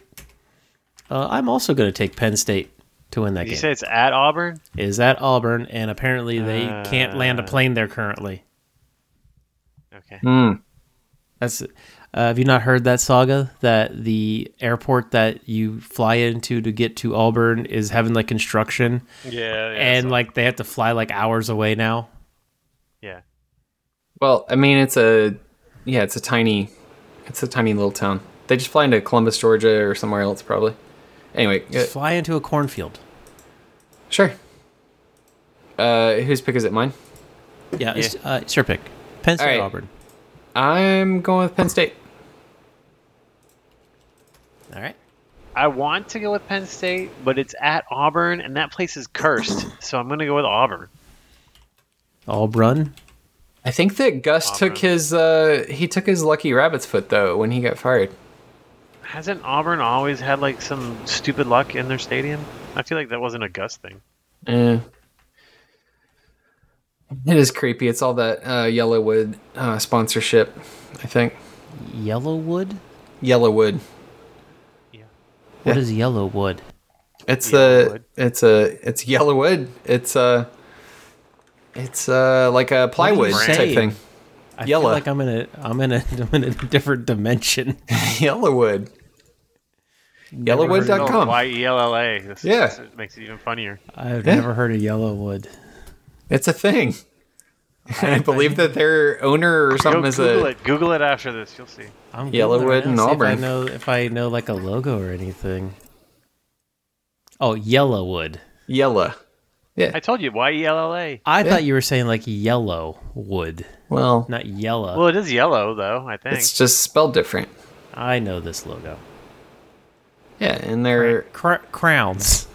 Speaker 2: Uh, I'm also going to take Penn State to win that
Speaker 3: Did
Speaker 2: game.
Speaker 3: you say it's at Auburn?
Speaker 2: is at Auburn, and apparently they can't land a plane there currently.
Speaker 3: Okay.
Speaker 2: That's. Uh, have you not heard that saga that the airport that you fly into to get to Auburn is having like construction
Speaker 3: Yeah. yeah
Speaker 2: and
Speaker 3: so-
Speaker 2: like they have to fly like hours away now?
Speaker 3: yeah.
Speaker 1: well, I mean, it's a yeah, it's a tiny, it's a tiny little town. They just fly into Columbus, Georgia, or somewhere else probably. Anyway, uh,
Speaker 2: Fly into a cornfield.
Speaker 1: sure. Uh, whose pick is it? Mine.
Speaker 2: Yeah, It's, uh, it's your pick. Penn State,
Speaker 1: right.
Speaker 2: Auburn.
Speaker 1: I'm going with Penn State.
Speaker 2: All right.
Speaker 3: I want to go with Penn State, but it's at Auburn, and that place is cursed. So I'm gonna go with Auburn.
Speaker 2: Auburn.
Speaker 1: I think that Gus
Speaker 3: Auburn.
Speaker 1: took his uh, he took his lucky rabbit's foot though when he got fired.
Speaker 3: Hasn't Auburn always had like some stupid luck in their stadium? I feel like that wasn't a Gus thing.
Speaker 1: Eh. It is creepy. It's all that uh, Yellowwood uh, sponsorship, I think.
Speaker 2: Yellowwood?
Speaker 1: Yellowwood.
Speaker 2: What
Speaker 1: Yeah.
Speaker 2: is Yellowwood?
Speaker 1: It's
Speaker 3: Yellowwood.
Speaker 1: a it's a it's Yellowwood. It's a it's uh like a
Speaker 2: are you
Speaker 1: plywood type
Speaker 2: saying?
Speaker 1: thing.
Speaker 2: I
Speaker 1: Yellow.
Speaker 2: feel like I'm in a I'm in a I'm in a different dimension.
Speaker 1: Yellowwood.
Speaker 2: Never heard of-
Speaker 1: Yellowwood.com.
Speaker 3: Y E L L A. This
Speaker 1: Yeah.
Speaker 3: this makes it even funnier.
Speaker 2: I've
Speaker 1: Yeah.
Speaker 2: never heard of Yellowwood.
Speaker 1: It's a thing. I, believe that their owner or something
Speaker 3: Go
Speaker 1: is
Speaker 3: Google
Speaker 1: a
Speaker 3: it. Google it after this. You'll see.
Speaker 2: I'm Googling
Speaker 1: Yellowwood
Speaker 2: right now
Speaker 1: and
Speaker 2: to see If
Speaker 1: Auburn.
Speaker 2: I know if I know like a logo or anything. Oh, Yellowwood.
Speaker 1: yellow.
Speaker 3: I told you Y E L L A.
Speaker 2: I thought you were saying like yellow wood,
Speaker 1: Well,
Speaker 2: not yellow.
Speaker 3: Well, it is yellow though. I think.
Speaker 1: it's just spelled different.
Speaker 2: I know this logo.
Speaker 1: Yeah, and they're
Speaker 2: Cr- crowns.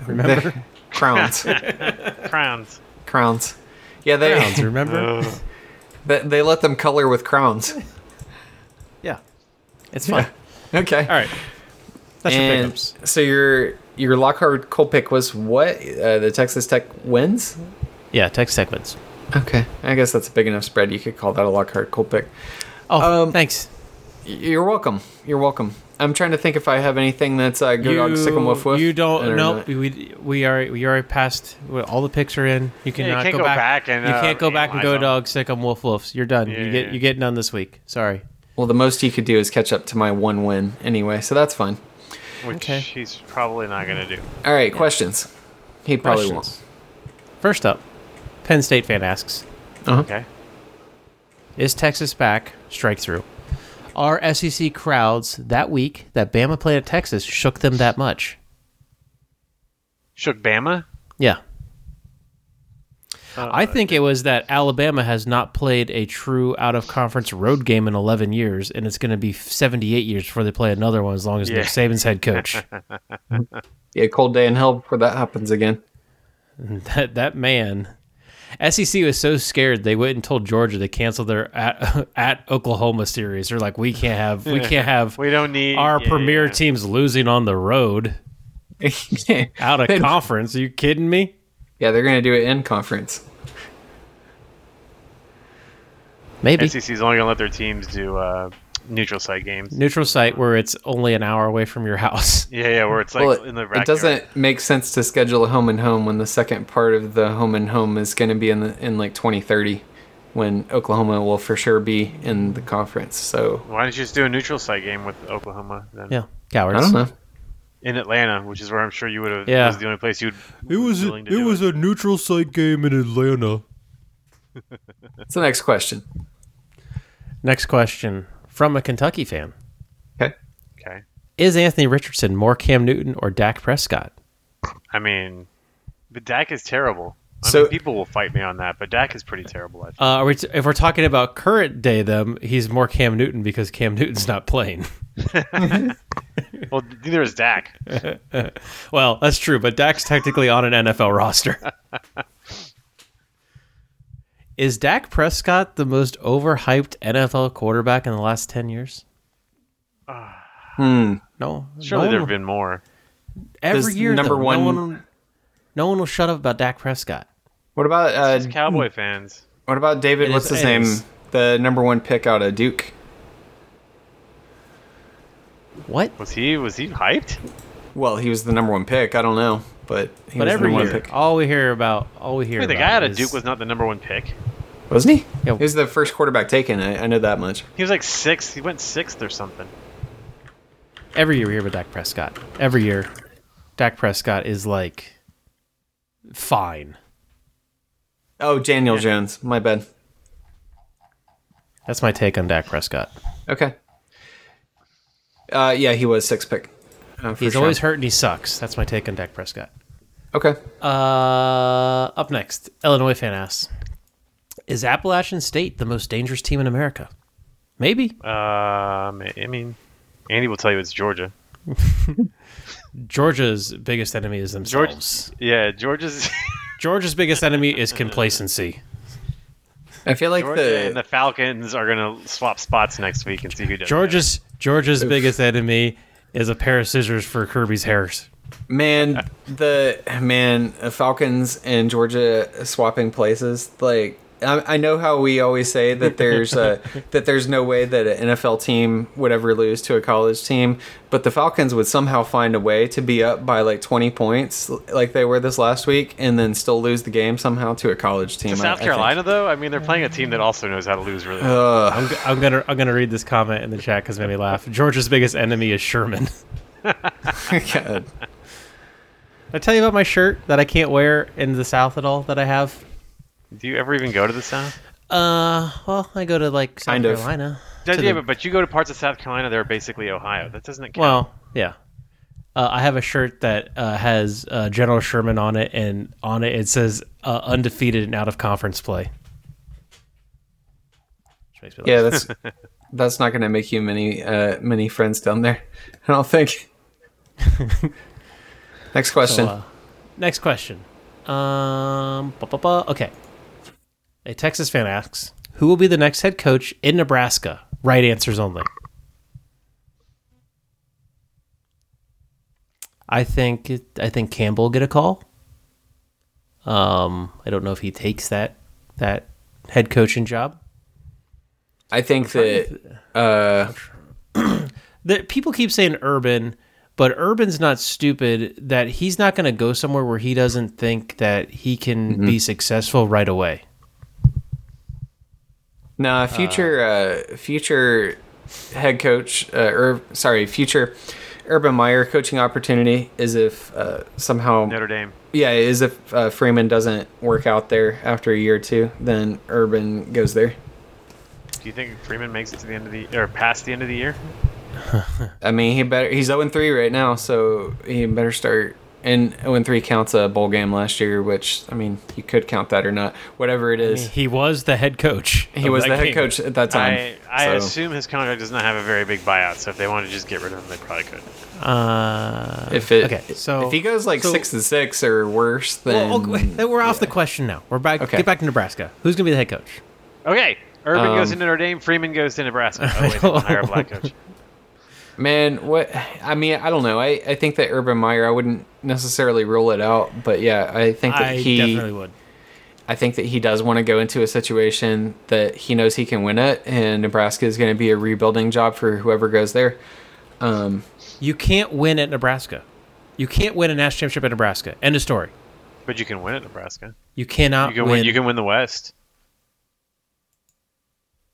Speaker 1: they're-
Speaker 2: Remember?
Speaker 1: crowns.
Speaker 3: crowns.
Speaker 1: crowns. Yeah, they
Speaker 2: crowns, remember?
Speaker 5: Uh,
Speaker 1: they, they let them color with crowns.
Speaker 2: yeah. It's fun.
Speaker 1: Okay.
Speaker 2: All right. That's your
Speaker 1: and
Speaker 2: pickups.
Speaker 1: so your your Lockhart Cole pick was what? Uh, the Texas Tech wins.
Speaker 2: Yeah, text segments.
Speaker 1: Okay, I guess that's a big enough spread. You could call that a Lockhart Cole pick.
Speaker 2: Oh,
Speaker 1: Um,
Speaker 2: thanks.
Speaker 1: Y- You're welcome. You're welcome. I'm trying to think if I have anything that's uh, good dog sick and woof woof.
Speaker 2: you don't
Speaker 1: or
Speaker 2: no
Speaker 1: not.
Speaker 2: we we are we already passed well, all the picks are in you
Speaker 3: you
Speaker 2: cannot
Speaker 3: can't
Speaker 2: go,
Speaker 3: go
Speaker 2: back,
Speaker 3: back and,
Speaker 2: you
Speaker 3: uh,
Speaker 2: can't go back and go
Speaker 3: analyze them.
Speaker 2: dog sick on wolf wolves you're done you
Speaker 3: Yeah,
Speaker 2: get
Speaker 3: yeah.
Speaker 2: you get none this week sorry
Speaker 1: Well, the most he could do is catch up to my one win anyway, so that's fine.
Speaker 3: Which
Speaker 2: Okay.
Speaker 3: he's probably not gonna do.
Speaker 1: All right, questions. He probably
Speaker 2: Questions. first up Penn State fan asks
Speaker 1: won't. Uh-huh.
Speaker 3: Okay.
Speaker 2: Is Texas back? Strike through. Are SEC crowds that week that Bama played at Texas shook them that much?
Speaker 3: Shook Bama.
Speaker 2: Yeah. I think it was that Alabama has not played a true out of conference road game in 11 years, and it's going to be 78 years before they play another one as long as
Speaker 3: Yeah.
Speaker 2: Nick Saban's head coach.
Speaker 1: Yeah, cold day in hell before that happens again.
Speaker 2: that, that man. SEC was so scared they went and told Georgia they canceled their at, at Oklahoma series. They're like, we can't have we can't have
Speaker 3: We don't need
Speaker 2: our
Speaker 3: yeah,
Speaker 2: premier
Speaker 3: yeah.
Speaker 2: team's losing on the road.
Speaker 1: yeah,
Speaker 2: out of conference. Are you kidding me?
Speaker 1: they're gonna do it in conference.
Speaker 2: Maybe
Speaker 3: SEC's E only gonna let their teams do uh, neutral site games.
Speaker 2: neutral site where it's only an hour away from your house.
Speaker 3: Yeah, yeah, where it's like
Speaker 1: well,
Speaker 3: in the
Speaker 1: it
Speaker 3: backyard.
Speaker 1: doesn't make sense to schedule a home and home when the second part of the home and home is gonna be in the in like 2030, when Oklahoma will for sure be in the conference. So
Speaker 3: Why don't you just do a neutral site game with Oklahoma then?
Speaker 2: Yeah, cowards.
Speaker 1: I don't know.
Speaker 3: In Atlanta, which is where I'm sure you would have.
Speaker 2: Yeah.
Speaker 3: Was the only place you'd.
Speaker 4: It was a,
Speaker 3: willing to
Speaker 4: it
Speaker 3: do
Speaker 4: was a neutral site game in Atlanta.
Speaker 1: That's the next question.
Speaker 2: Next question from a Kentucky fan:
Speaker 1: Okay.
Speaker 3: Okay.
Speaker 2: Is Anthony Richardson more Cam Newton or Dak Prescott?
Speaker 3: I mean, but Dak is terrible. I
Speaker 1: So-
Speaker 3: mean, people will fight me on that, but Dak is pretty terrible. I think.
Speaker 2: Uh, are we t- if we're talking about current day, them he's more Cam Newton because Cam Newton's not playing.
Speaker 3: Well, neither is Dak.
Speaker 2: well, that's true, but Dak's technically on an NFL roster. Is Dak Prescott the most overhyped NFL quarterback in the last ten years?
Speaker 1: Hmm.
Speaker 2: No,
Speaker 3: Surely
Speaker 2: no
Speaker 3: there
Speaker 2: one-
Speaker 3: have been more.
Speaker 2: every
Speaker 1: This
Speaker 2: year
Speaker 1: number
Speaker 2: though, no
Speaker 1: one-
Speaker 2: one, no one will shut up about Dak Prescott.
Speaker 1: What about
Speaker 3: It's
Speaker 1: uh,
Speaker 3: Cowboy fans.
Speaker 1: what about David?
Speaker 2: It
Speaker 1: What's
Speaker 2: is-
Speaker 1: his
Speaker 2: it
Speaker 1: name?
Speaker 2: is.
Speaker 1: The number one pick out of Duke.
Speaker 2: What?
Speaker 3: Was he? Was he hyped?
Speaker 1: Well, he was the number one pick. I don't know, but he
Speaker 2: But
Speaker 1: was
Speaker 2: every
Speaker 1: the number
Speaker 2: year,
Speaker 1: one pick.
Speaker 2: all we hear about, all we hear.
Speaker 3: Wait, the
Speaker 2: about
Speaker 3: guy out of
Speaker 2: is-
Speaker 3: Duke was not the number one pick.
Speaker 1: wasn't he?
Speaker 2: Yeah.
Speaker 1: He was the first quarterback taken. I, I know that much.
Speaker 3: He was like sixth. He went sixth or something.
Speaker 2: every year we hear about Dak Prescott. Every year, Dak Prescott is like fine.
Speaker 1: Oh, Daniel Jones. My bad.
Speaker 2: That's my take on Dak Prescott.
Speaker 1: Okay. Uh, yeah, he was sixth pick. uh, for
Speaker 2: He's
Speaker 1: sure.
Speaker 2: always hurt and he sucks. That's my take on Dak Prescott.
Speaker 1: okay.
Speaker 2: Uh, up next, Illinois fan asks: Is Appalachian State the most dangerous team in America? Maybe
Speaker 3: Um, Uh, I mean, Andy will tell you it's Georgia.
Speaker 2: Georgia's biggest enemy is themselves.
Speaker 3: Yeah, Georgia's
Speaker 2: Georgia's biggest enemy is complacency.
Speaker 1: I feel like
Speaker 3: Georgia and the
Speaker 1: the
Speaker 3: Falcons are gonna swap spots next week and see who does.
Speaker 2: Georgia's Georgia's biggest enemy is a pair of scissors for Kirby's hairs.
Speaker 1: man, the man, uh, Falcons and Georgia swapping places. Like I, I know how we always say that there's a, that there's no way that an NFL team would ever lose to a college team, but the Falcons would somehow find a way to be up by like 20 points, like they were this last week, and then still lose the game somehow to a college team.
Speaker 3: To
Speaker 1: I- I
Speaker 3: South
Speaker 1: think.
Speaker 3: Carolina, though, I mean, they're playing a team that also knows how to lose really well.
Speaker 1: Ugh.
Speaker 2: I'm, g- I'm gonna I'm gonna read this comment in the chat because it made me laugh. Georgia's biggest enemy is Sherman.
Speaker 1: God.
Speaker 2: Did I tell you about my shirt that I can't wear in the South at all that I have.
Speaker 3: Do you ever even go to the South?
Speaker 2: Uh, well, I go to like South
Speaker 1: Kind of.
Speaker 2: Carolina.
Speaker 3: Yeah,
Speaker 2: to the-
Speaker 3: yeah, but, but you go to parts of South Carolina that are basically Ohio. That doesn't count.
Speaker 2: Well, yeah. Uh, I have a shirt that uh, has uh, General Sherman on it, and on it it says uh, "undefeated and out of conference play." Which makes me laugh.
Speaker 1: Yeah, that's that's not going to make you many uh, many friends down there. I don't think. Next question.
Speaker 2: So, uh, next question. Um, ba, ba, ba. okay. A Texas fan asks, "Who will be the next head coach in Nebraska?" Right answers only. I think it, I think Campbell will get a call. Um, I don't know if he takes that that head coaching job.
Speaker 1: I think that uh,
Speaker 2: that people keep saying urban but urban's not stupid that he's not going to go somewhere where he doesn't think that he can be successful right away
Speaker 1: nah, future uh, future head coach uh, or sorry, future Urban Meyer coaching opportunity is if uh, somehow
Speaker 3: Notre Dame.
Speaker 1: yeah is if uh, Freeman doesn't work out there after a year or two, then Urban goes there.
Speaker 3: Do you think Freeman makes it to the end of the or past the end of the year?
Speaker 1: I mean, he better he's 0 3 right now, so he better start. And 0 3 counts a bowl game last year, which I mean, you could count that or not, whatever it is.
Speaker 2: he was the head coach
Speaker 1: he was the head coach at that time.
Speaker 3: I, I
Speaker 1: Um, so.
Speaker 3: assume his contract does not have a very big buyout, so if they wanted to just get rid of him, they probably could.
Speaker 2: uh,
Speaker 1: if it
Speaker 2: okay so
Speaker 1: if he goes like
Speaker 2: so-
Speaker 1: six and six or worse, then
Speaker 2: well, okay, we're off the question now we're back
Speaker 1: Okay.
Speaker 2: get back to nebraska who's going to be the head coach
Speaker 3: Okay, Urban goes to
Speaker 1: Um,
Speaker 3: Notre Dame. Freeman goes to Nebraska. Oh wait, they can hire a black coach.
Speaker 1: man, what I mean, I don't know. I, I think that Urban Meyer, I wouldn't necessarily rule it out, but yeah, I think that
Speaker 2: i
Speaker 1: he
Speaker 2: definitely would
Speaker 1: I think that he does want to go into a situation that he knows he can win it, and Nebraska is going to be a rebuilding job for whoever goes there. Um,
Speaker 2: you can't win at nebraska you can't win a national championship at nebraska end of story
Speaker 3: But you can win at Nebraska.
Speaker 2: you cannot
Speaker 3: You can
Speaker 2: win,
Speaker 3: win. You can win the West.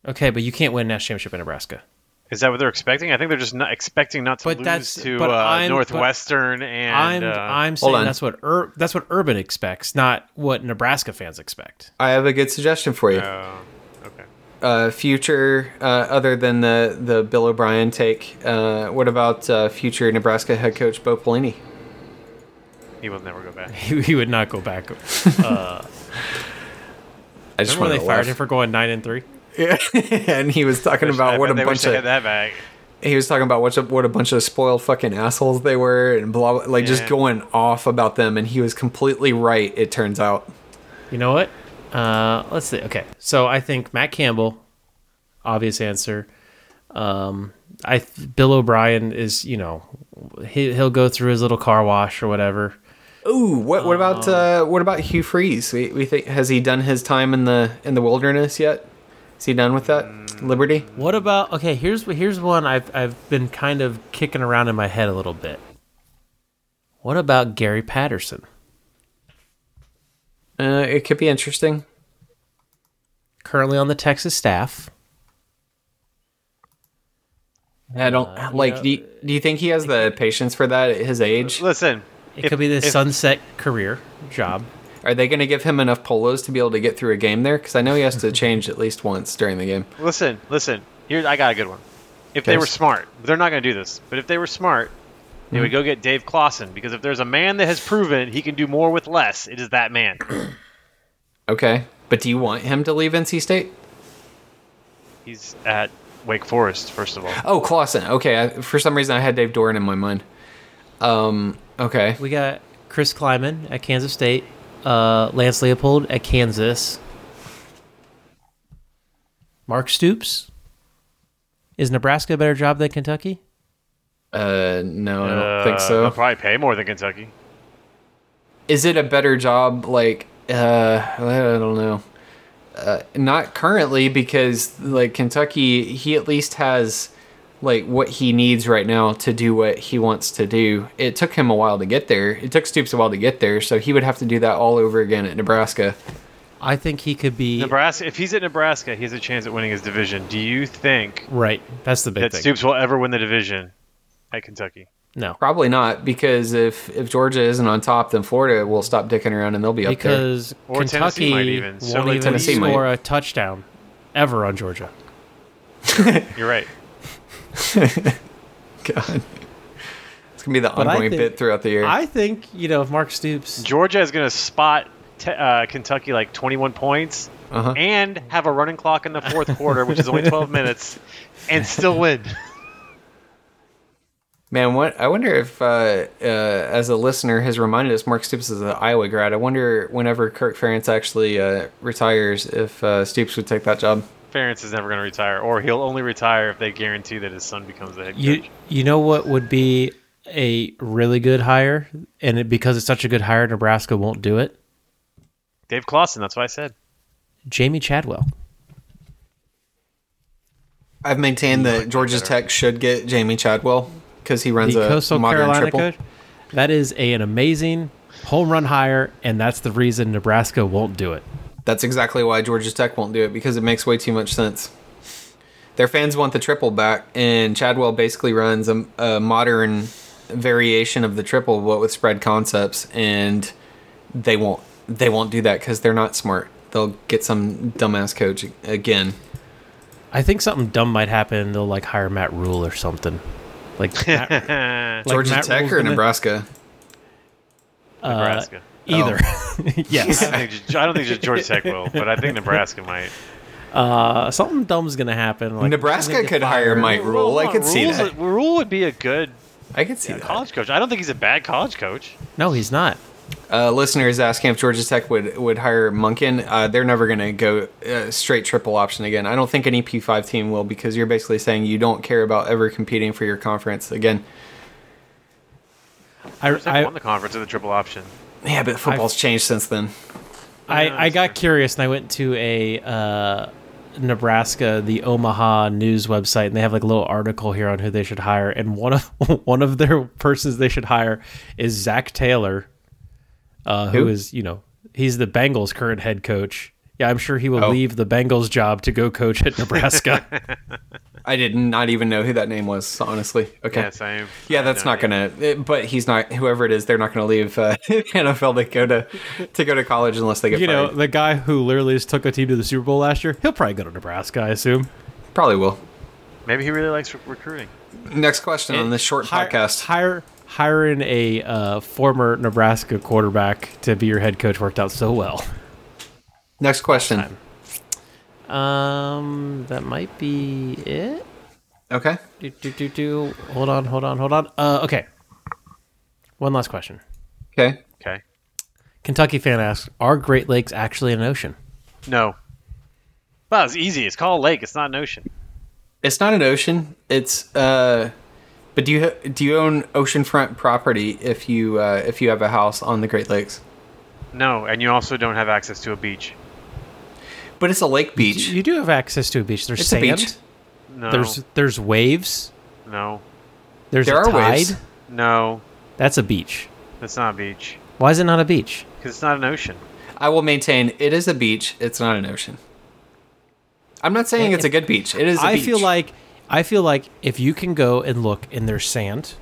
Speaker 2: okay but you can't win a national championship at nebraska
Speaker 3: Is that what they're expecting? I think they're just not expecting not to
Speaker 2: But
Speaker 3: lose
Speaker 2: that's-
Speaker 3: to
Speaker 2: but
Speaker 3: uh,
Speaker 2: I'm- but
Speaker 3: Northwestern and
Speaker 2: I'm
Speaker 3: uh,
Speaker 2: I'm
Speaker 1: Hold
Speaker 2: saying
Speaker 1: on.
Speaker 2: that's what Ur- that's what Urban expects, not what Nebraska fans expect.
Speaker 1: I have a good suggestion for you.
Speaker 3: Oh, okay.
Speaker 1: Uh, future, uh, other than the, the Bill O'Brien take, uh, what about uh, future Nebraska head coach Bo Pelini?
Speaker 3: He will never go back.
Speaker 2: He, he would not go back.
Speaker 1: I just
Speaker 2: Remember when
Speaker 1: want
Speaker 2: they
Speaker 1: to
Speaker 2: fired him
Speaker 1: laugh.
Speaker 2: for going nine and three?
Speaker 1: and he was talking
Speaker 3: I
Speaker 1: about what a
Speaker 3: bet they wish
Speaker 1: bunch
Speaker 3: they had
Speaker 1: of
Speaker 3: that back.
Speaker 1: he was talking about what a, what a bunch of spoiled fucking assholes they were, and blah, blah like just
Speaker 3: Yeah.
Speaker 1: going off about them, and he was completely right. It turns out.
Speaker 2: You know what? Uh, let's see. Okay, so I think Matt Campbell, obvious answer. Um, I th- Bill O'Brien is you know he he'll go through his little car wash or whatever.
Speaker 1: Ooh, what what about
Speaker 3: Oh.
Speaker 1: uh, what about Hugh Freeze? We, we think has he done his time in the in the wilderness yet? Is he done with
Speaker 3: Mm.
Speaker 1: that liberty?
Speaker 2: What about okay? Here's here's one I've I've been kind of kicking around in my head a little bit. What about Gary Patterson?
Speaker 1: Uh, it could be interesting.
Speaker 2: Currently on the Texas staff.
Speaker 1: I don't like. Do, you, do you think he has the patience for that at his age?
Speaker 3: Listen,
Speaker 2: It
Speaker 3: If-
Speaker 2: could be the
Speaker 3: if-
Speaker 2: sunset career job.
Speaker 1: Are they going to give him enough polos to be able to get through a game there? Because I know he has to change at least once during the game.
Speaker 3: Listen, listen. Here, I got a good one. If they
Speaker 1: Okay.
Speaker 3: were smart, they're not going to do this. But if they were smart, they
Speaker 1: Mm-hmm.
Speaker 3: would go get Dave Clawson because if there's a man that has proven he can do more with less, it is that man.
Speaker 1: Okay, but do you want him to leave NC State?
Speaker 3: He's at Wake Forest, first of all.
Speaker 1: Oh, Clausen. Okay, I, for some reason I had Dave Doran in my mind. Um. Okay.
Speaker 2: We got Chris Kleiman at Kansas State, uh, Lance Leopold at Kansas, Mark Stoops. Is Nebraska a better job than Kentucky?
Speaker 1: Uh. No, I don't think
Speaker 3: Uh,
Speaker 1: so.
Speaker 3: They'll probably pay more than Kentucky.
Speaker 1: is it a better job like uh i don't know uh, not currently because like Kentucky, he at least has like what he needs right now to do what he wants to do. It took him a while to get there. It took Stoops a while to get there, so he would have to do that all over again at Nebraska.
Speaker 2: I think he could be
Speaker 3: Nebraska. If he's at Nebraska, he has a chance at winning his division. Do you think
Speaker 2: right. That's the big
Speaker 3: that
Speaker 2: thing.
Speaker 3: Stoops will ever win the division at Kentucky?
Speaker 2: No,
Speaker 1: Probably not because if if Georgia isn't on top, then Florida will stop dicking around and they'll be up there.
Speaker 2: because
Speaker 3: Or Tennessee
Speaker 2: Kentucky
Speaker 3: might even. So,
Speaker 2: won't
Speaker 3: like,
Speaker 2: even
Speaker 1: Tennessee might.
Speaker 2: score a touchdown ever on Georgia.
Speaker 3: You're right.
Speaker 1: God. It's gonna be the
Speaker 2: But I
Speaker 1: ongoing
Speaker 2: think-
Speaker 1: bit throughout the year.
Speaker 2: I think you know if Mark Stoops
Speaker 3: Georgia is going to spot te- uh, Kentucky like 21 points
Speaker 1: Uh-huh.
Speaker 3: and have a running clock in the fourth quarter, which is only 12 minutes, and still win.
Speaker 1: Man, what I wonder if, uh, uh, as a listener, has reminded us Mark Stoops is an Iowa grad. I wonder whenever Kirk Ferentz actually uh, retires, if uh, Stoops would take that job.
Speaker 3: Ferentz is never going to retire, or he'll only retire if they guarantee that his son becomes the head coach.
Speaker 2: You you know what would be a really good hire, and it, because it's such a good hire, Nebraska won't do it.
Speaker 3: Dave Clawson, that's what I said.
Speaker 2: Jamie Chadwell.
Speaker 1: I've maintained that Georgia Tech should get Jamie Chadwell because he runs
Speaker 2: the
Speaker 1: a
Speaker 2: Coastal
Speaker 1: modern
Speaker 2: Carolina
Speaker 1: triple.
Speaker 2: coach. That is a, an amazing home run hire, and that's the reason Nebraska won't do it.
Speaker 1: That's exactly why Georgia Tech won't do it because it makes way too much sense. Their fans want the triple back, and Chadwell basically runs a, a modern variation of the triple, but with spread concepts, and they won't they won't do that because they're not smart. They'll get some dumbass coach again.
Speaker 2: I think something dumb might happen. They'll like hire Matt Rule or something. Like Matt, like
Speaker 1: Georgia
Speaker 2: Matt
Speaker 1: Tech
Speaker 2: Rule's
Speaker 1: or
Speaker 2: gonna-
Speaker 1: Nebraska?
Speaker 2: uh,
Speaker 3: Nebraska.
Speaker 2: Either. yes.
Speaker 3: I, don't think, I don't think Georgia Tech will, but I think Nebraska might.
Speaker 2: Uh, something dumb's gonna happen. Like
Speaker 1: Nebraska could hire Mike Rule. I could see
Speaker 3: Rule's
Speaker 1: that.
Speaker 3: a- Rule would be a good
Speaker 1: I could see that.
Speaker 3: college coach. I don't think he's a bad college coach.
Speaker 2: No, he's not.
Speaker 1: uh, listeners asking if Georgia Tech would would hire Munkin. Uh, they're never going to go uh, straight triple option again. I don't think any P5 team will because you're basically saying you don't care about ever competing for your conference again.
Speaker 2: I,
Speaker 3: I,
Speaker 2: I-
Speaker 3: won the conference with a triple option.
Speaker 1: Yeah, but football's changed since then. uh,
Speaker 3: Yeah,
Speaker 2: I, I
Speaker 3: that's
Speaker 2: got
Speaker 3: fair.
Speaker 2: curious and I went to a uh, Nebraska, the Omaha news website, and they have like a little article here on who they should hire. And one of one of their persons they should hire is Zach Taylor, uh,
Speaker 1: Who?
Speaker 2: who is you know he's the Bengals' current head coach. Yeah, I'm sure he will
Speaker 1: Oh.
Speaker 2: leave the Bengals job to go coach at Nebraska.
Speaker 1: I did not even know who that name was, honestly. Okay.
Speaker 3: Yeah, same.
Speaker 1: Yeah, that's not gonna. it- But he's not. Whoever it is, they're not gonna leave uh, NFL. They go to to go to college unless they get
Speaker 2: you know,
Speaker 1: fired.
Speaker 2: the guy who literally just took a team to the Super Bowl last year, he'll probably go to Nebraska, I assume.
Speaker 1: Probably will.
Speaker 3: Maybe he really likes re- recruiting.
Speaker 1: Next question on this short
Speaker 2: Hire-
Speaker 1: podcast.
Speaker 2: Hire, hiring a uh, former Nebraska quarterback to be your head coach worked out so well.
Speaker 1: Next question.
Speaker 2: Um, that might be it.
Speaker 1: Okay.
Speaker 2: Do, do, do, do. Hold on, hold on, hold on. Uh, okay. One last question.
Speaker 1: Okay.
Speaker 3: Okay.
Speaker 2: Kentucky fan asks, "Are Great Lakes actually an ocean?"
Speaker 3: No. Well, it's easy. It's called a lake. It's not an ocean.
Speaker 1: It's not an ocean. It's uh, but do you ha- do you own oceanfront property if you uh, if you have a house on the Great Lakes?
Speaker 3: No, and you also don't have access to a beach.
Speaker 1: But it's a lake beach.
Speaker 2: You do have access to a beach. Oh. There's
Speaker 1: It's a
Speaker 2: sand.
Speaker 1: beach.
Speaker 3: No.
Speaker 2: There's there's waves.
Speaker 3: no.
Speaker 2: There's
Speaker 1: There
Speaker 2: a
Speaker 1: are
Speaker 2: tide.
Speaker 1: waves.
Speaker 3: No.
Speaker 2: That's a beach.
Speaker 3: That's not a beach.
Speaker 2: Why is it not a beach?
Speaker 3: Because it's not an ocean.
Speaker 1: I will maintain it is a beach. It's not an ocean. I'm not saying it's a good beach. It is. a
Speaker 2: I
Speaker 1: beach.
Speaker 2: feel like I feel like if you can go and look and there's sand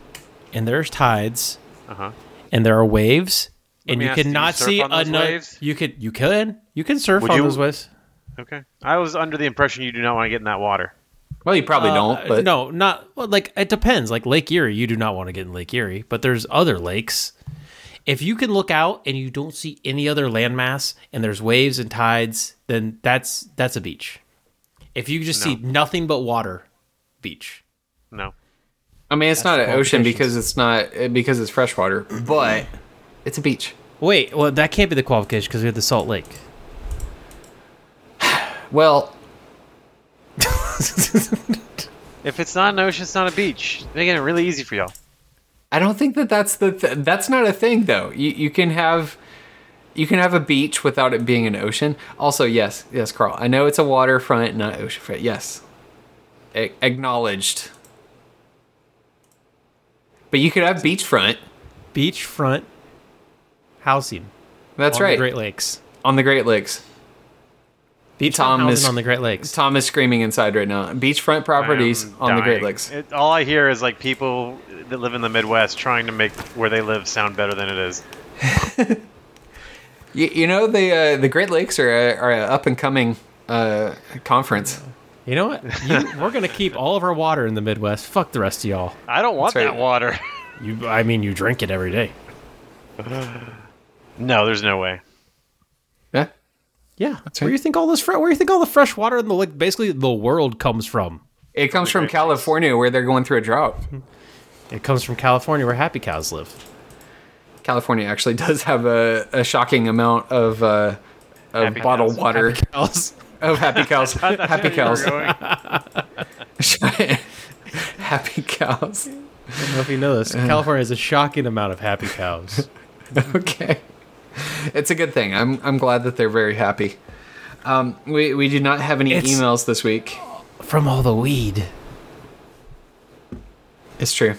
Speaker 2: and there's tides
Speaker 3: Uh huh.
Speaker 2: and there are waves and
Speaker 3: me
Speaker 2: you
Speaker 3: ask, do you
Speaker 2: cannot
Speaker 3: surf
Speaker 2: see
Speaker 3: on those
Speaker 2: another
Speaker 3: waves?
Speaker 2: you could you could you can surf
Speaker 3: Would
Speaker 2: on
Speaker 3: you-
Speaker 2: those waves.
Speaker 3: Okay. I was under the impression you do not want to get in that water.
Speaker 1: Well, you probably don't.
Speaker 2: Uh,
Speaker 1: But
Speaker 2: no, not well, like it depends. Like Lake Erie, you do not want to get in Lake Erie, but there's other lakes. If you can look out and you don't see any other landmass and there's waves and tides, then that's that's a beach. If you just see nothing but water, beach.
Speaker 3: No.
Speaker 1: I mean, it's not an ocean
Speaker 2: qualifications.
Speaker 1: because it's not because it's freshwater. But it's a beach.
Speaker 2: Wait, well, that can't be the qualification because we have the Salt Lake.
Speaker 1: Well,
Speaker 3: If it's not an ocean, it's not a beach. Making it really easy for y'all.
Speaker 1: I don't think that that's the th- that's not a thing though. You you can have You can have a beach without it being an ocean. Also, yes, yes, Carl. I know it's a waterfront, not oceanfront. Yes, A- acknowledged. But you could have beachfront.
Speaker 2: Beachfront housing.
Speaker 1: That's
Speaker 2: on
Speaker 1: right
Speaker 2: The Great Lakes.
Speaker 1: on the Great Lakes.
Speaker 2: Beachfront
Speaker 1: Tom
Speaker 2: housing
Speaker 1: is-
Speaker 2: on the Great Lakes.
Speaker 1: Tom is screaming inside right now. Beachfront properties
Speaker 3: I'm
Speaker 1: on the Great
Speaker 3: dying.
Speaker 1: Lakes.
Speaker 3: It, all I hear is like people that live in the Midwest trying to make where they live sound better than it is.
Speaker 1: You, you know the uh, the Great Lakes are a, are a up and coming uh, conference.
Speaker 2: You know what? You, we're gonna keep all of our water in the Midwest. Fuck the rest of y'all.
Speaker 3: I don't want
Speaker 1: That's right.
Speaker 3: that water.
Speaker 2: You, I mean, you drink it every day.
Speaker 3: no, there's no way.
Speaker 1: Yeah.
Speaker 2: Yeah.
Speaker 1: right.
Speaker 2: Where you think all this? Fre- where you think all the fresh water in the like basically the world comes from?
Speaker 1: It comes from
Speaker 3: Great Lakes.
Speaker 1: California where they're going through a drought.
Speaker 2: It comes from California, where happy cows live.
Speaker 1: California actually does have a, a shocking amount of uh, of
Speaker 3: Happy
Speaker 1: bottled
Speaker 3: cows.
Speaker 1: water
Speaker 2: Cows.
Speaker 1: of happy cows. happy cows.
Speaker 3: Where you're going.
Speaker 1: happy cows.
Speaker 2: I don't know if you know this. California has a shocking amount of happy cows.
Speaker 1: Okay. It's a good thing. I'm I'm glad that they're very happy. Um, we we do not have any
Speaker 2: It's-
Speaker 1: emails this week.
Speaker 2: From all the weed.
Speaker 1: It's true.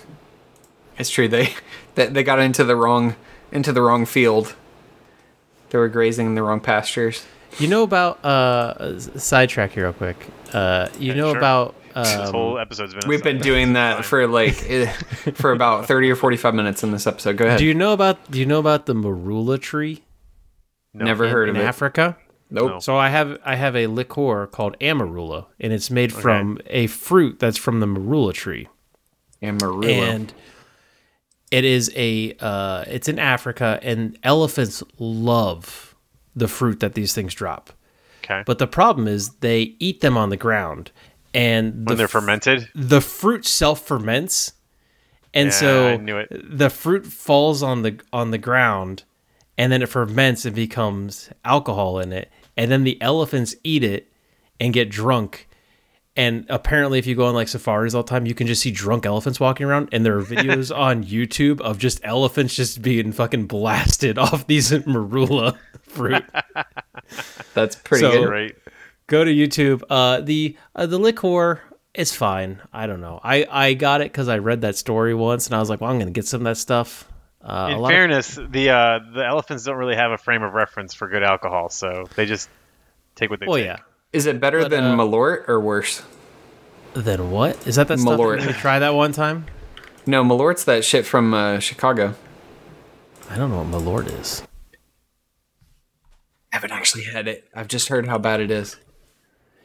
Speaker 1: It's true. They, they they got into the wrong into the wrong field. They were grazing in the wrong pastures.
Speaker 2: You know about uh s- sidetrack here real quick. Uh you know
Speaker 3: sure.
Speaker 2: about
Speaker 3: this
Speaker 2: um,
Speaker 3: whole episode's been.
Speaker 1: We've been doing that for like eh, for about thirty or forty five minutes in this episode. Go ahead.
Speaker 2: Do you know about do you know about the marula tree
Speaker 1: Never
Speaker 2: in,
Speaker 1: heard
Speaker 2: in
Speaker 1: of it.
Speaker 2: Africa?
Speaker 1: Nope.
Speaker 3: No.
Speaker 2: So I have I have a liqueur called Amarula and it's made from a fruit that's from the marula tree.
Speaker 1: Amarillo.
Speaker 2: and it is a uh, it's in Africa, and elephants love the fruit that these things drop.
Speaker 3: Okay.
Speaker 2: But the problem is they eat them on the ground, and the,
Speaker 3: when they're
Speaker 2: f-
Speaker 3: fermented.
Speaker 2: the fruit self ferments, and
Speaker 3: Yeah,
Speaker 2: so
Speaker 3: I knew it.
Speaker 2: the fruit falls on the on the ground, and then it ferments and becomes alcohol in it, and then the elephants eat it and get drunk. And apparently, if you go on like safaris all the time, you can just see drunk elephants walking around, and there are videos on YouTube of just elephants just being fucking blasted off these marula fruit.
Speaker 1: That's pretty
Speaker 2: So-
Speaker 1: good.
Speaker 3: Right.
Speaker 2: go to YouTube. Uh, the uh, the liqueur is fine. I don't know. I I got it because I read that story once, and I was like, well, I'm gonna get some of that stuff. Uh, a
Speaker 3: In
Speaker 2: lot of,
Speaker 3: fairness, the uh, the elephants don't really have a frame of reference for good alcohol, so they just take what they.
Speaker 2: well,
Speaker 3: take.
Speaker 2: Oh, yeah.
Speaker 1: Is it better than
Speaker 2: uh,
Speaker 1: Malort or worse?
Speaker 2: Then what is that? That stuff
Speaker 1: Malort.
Speaker 2: that we try that one time.
Speaker 1: No, Malort's that shit from uh, Chicago.
Speaker 2: I don't know what Malort is.
Speaker 1: I haven't actually had it. I've just heard how bad it is.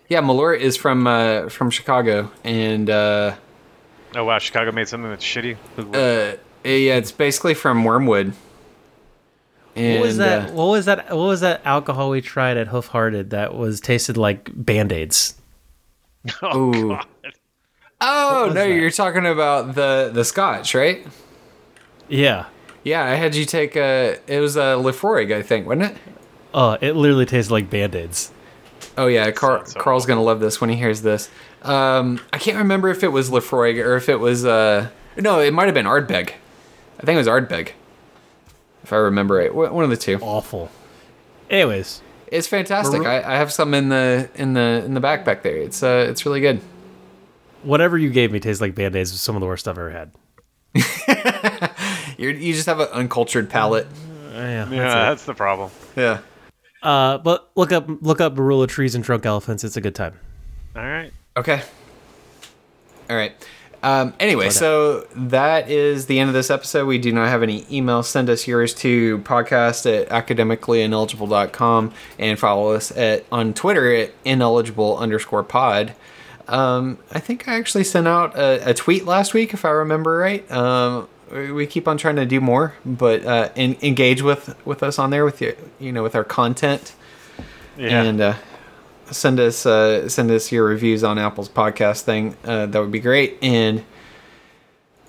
Speaker 1: Yeah, Malort is from uh, from Chicago, and uh,
Speaker 3: Oh wow, Chicago made something that's shitty.
Speaker 1: uh, yeah, it's basically from Wormwood. And,
Speaker 2: what was that?
Speaker 1: uh,
Speaker 2: what was that? What was that alcohol we tried at Hoof Hearted that was tasted like band aids?
Speaker 3: oh
Speaker 1: ooh.
Speaker 3: god.
Speaker 1: oh no, you're talking about the the Scotch, right?
Speaker 2: Yeah.
Speaker 1: Yeah, I had you take a. It was a Lefroy, I think, wasn't it?
Speaker 2: Oh, it literally tasted like band aids.
Speaker 1: Oh yeah, Carl,
Speaker 3: Sounds so
Speaker 1: Carl's gonna love this when he hears this. Um, I can't remember if it was Lefroy or if it was uh, no, it might have been Ardbeg. I think it was Ardbeg, if I remember right. Wh- One of the two.
Speaker 2: Awful. Anyways,
Speaker 1: It's fantastic. I, I have some in the in the in the backpack there. It's uh, it's really good.
Speaker 2: whatever you gave me tastes like band aids. Was some of the worst I've ever had.
Speaker 1: You're, you just have an uncultured palate.
Speaker 2: Yeah.
Speaker 3: Yeah, that's the problem.
Speaker 1: Yeah.
Speaker 2: Uh, but look up look up Barula trees and drunk elephants. It's a good time.
Speaker 3: All right.
Speaker 1: Okay. All right. Um, anyway, so that is the end of this episode. We do not have any emails. Send us yours to podcast at academicallyineligible.com and follow us at on Twitter at ineligible underscore pod. Um, I think I actually sent out a, a tweet last week, if I remember right. Um, we we keep on trying to do more, but uh, en- engage with, with us on there with your, you know with our content
Speaker 3: Yeah.
Speaker 1: and uh, send us uh, send us your reviews on Apple's podcast thing. Uh, that would be great. And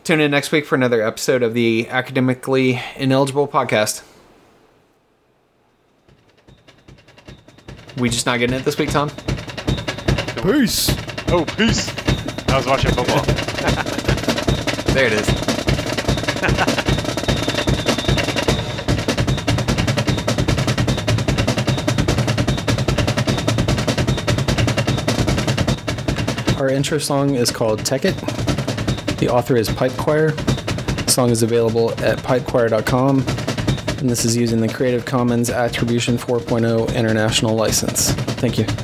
Speaker 1: tune in next week for another episode of the Academically Ineligible podcast. We just not getting it this week, Tom.
Speaker 4: Peace.
Speaker 3: oh peace. I was watching football.
Speaker 1: There it is. Our intro song is called Tech It. The author is Pipe Choir. The song is available at pipechoir.com. And this is using the Creative Commons Attribution 4.0 International oh License. Thank you.